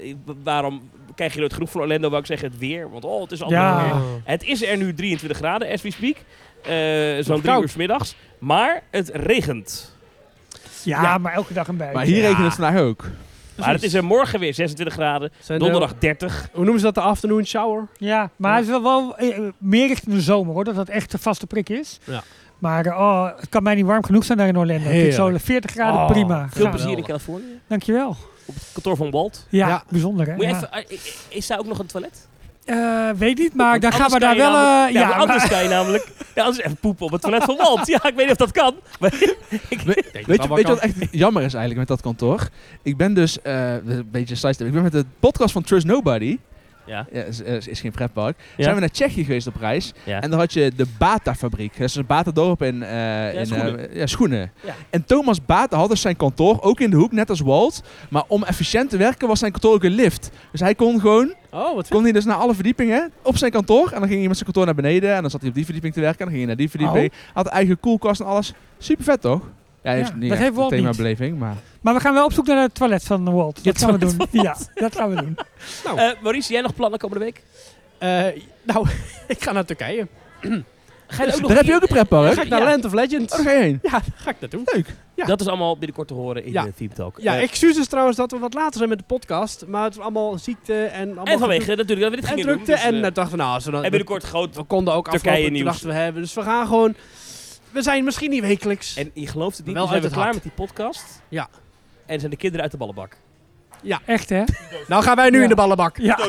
ik- waarom krijg je nooit genoeg van Orlando? Wou ik zeggen het weer, want oh, het is allemaal
Ja.
weer. Het is er nu 23 graden, as we speak. Eh, Zo'n drie
koud.
uur 's middags. Maar het regent.
Ja,
Ja.
maar elke dag een beetje.
Maar hier
Ja.
regent het vandaag ook.
Maar het is er morgen weer 26 graden.
Zijn de-
Donderdag 30.
hoe noemen ze dat? De afternoon shower?
Ja, maar het is wel, wel eh, meer richting de zomer hoor, dat dat echt de vaste prik is.
Ja.
Maar eh, oh, het kan mij niet warm genoeg zijn daar in Orlando. Ik vind het zo
Heerlijk.
40 graden
Oh,
prima.
Veel
Ja,
plezier in Californië.
Dankjewel.
Op het kantoor van Walt.
Ja,
Ja.
bijzonder hè.
Moet je
Ja.
even, eh, eh, is daar ook nog een toilet?
Eh, weet niet, maar
Want
dan gaan
anders
we daar
kan je
wel... eh,
namelijk- ja,
ja,
maar anders kan je namelijk... Ja, anders even poepen op het toilet van Walt. Ja, ik weet niet of dat kan. Maar
Weet je, weet je wat echt jammer is eigenlijk met dat kantoor? Ik ben dus, eh, een beetje een sidestep, ik ben met de podcast van Trust Nobody,
ja.
ja, is, eh, is, is geen pretpark,
Ja.
zijn we naar Tsjechië geweest op reis.
Ja.
En daar had je de Bata-fabriek. Dat is een Bata-dorp in, eh, in,
schoenen.
eh, ja, schoenen.
Ja.
En Thomas Bata had dus zijn kantoor, ook in de hoek, net als Walt. Maar om efficiënt te werken was zijn kantoor ook een lift. Dus hij kon gewoon,
Oh, wat vet.
kon hij dus naar alle verdiepingen op zijn kantoor. En dan ging hij met zijn kantoor naar beneden. En dan zat hij op die verdieping te werken. En dan ging hij naar die
Oh.
verdieping. Had eigen koelkast en alles. Super vet toch? Ja, hij
Ja,
heeft niet
dat
echt
heeft
een
Walt niet.
themabeleving, maar...
maar we gaan wel op zoek naar het toilet van Walt. Dat
Het
gaan we
toilet
doen. Ja, dat gaan we doen.
Eh, Maurice, jij nog plannen komende week?
Eh, nou, ik ga naar Turkije.
Ga je er ook nog
Daar heb je ook een
Dan
pretpark.
ga ik naar
Ja.
Land of Legends.
Oh, daar ga je heen.
Ja, daar ga ik naartoe. Ja.
Dat is allemaal binnenkort te horen in
Ja.
de Theme Talk.
Ja,
Eh,
excuses trouwens dat we wat later zijn met de podcast. Maar het is allemaal ziekte en... Allemaal
en vanwege natuurlijk dat we dit
en
gingen
drukte.
doen. dus,
en
eh,
eh, dachten we, nou, als we dan...
en binnenkort groot.
We konden ook
Turkije
afgelopen, toen
nieuws.
dachten we hebben. Dus we gaan gewoon... We zijn misschien niet wekelijks.
En je gelooft het niet, dus
Wel
we zijn
uit
we
het
klaar
hart.
met die podcast.
Ja.
En zijn de kinderen uit de ballenbak.
Echt hè?
nou gaan wij nu
Ja.
in de ballenbak.
Ja.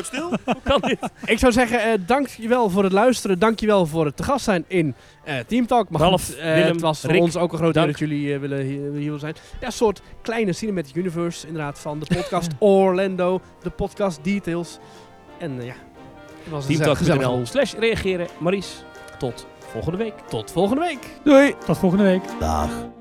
Hoe kan dit?
Ik zou zeggen, eh dankjewel voor het luisteren. Dankjewel voor het te gast zijn in eh Team Talk. Maar
Ralf,
goed, eh,
Willem,
het was voor
Rick,
ons ook een groot eer
dank.
dat jullie eh, willen hier, hier willen zijn. Ja, een soort kleine Cinematic Universe inderdaad van de podcast Orlando. De podcast Details. En eh, ja, het was een gezellig
Teamtalk.nl
ons.
slash reageren. Maurice, tot volgende week. Tot
Volgende week.
Doei.
Tot volgende week.
Dag.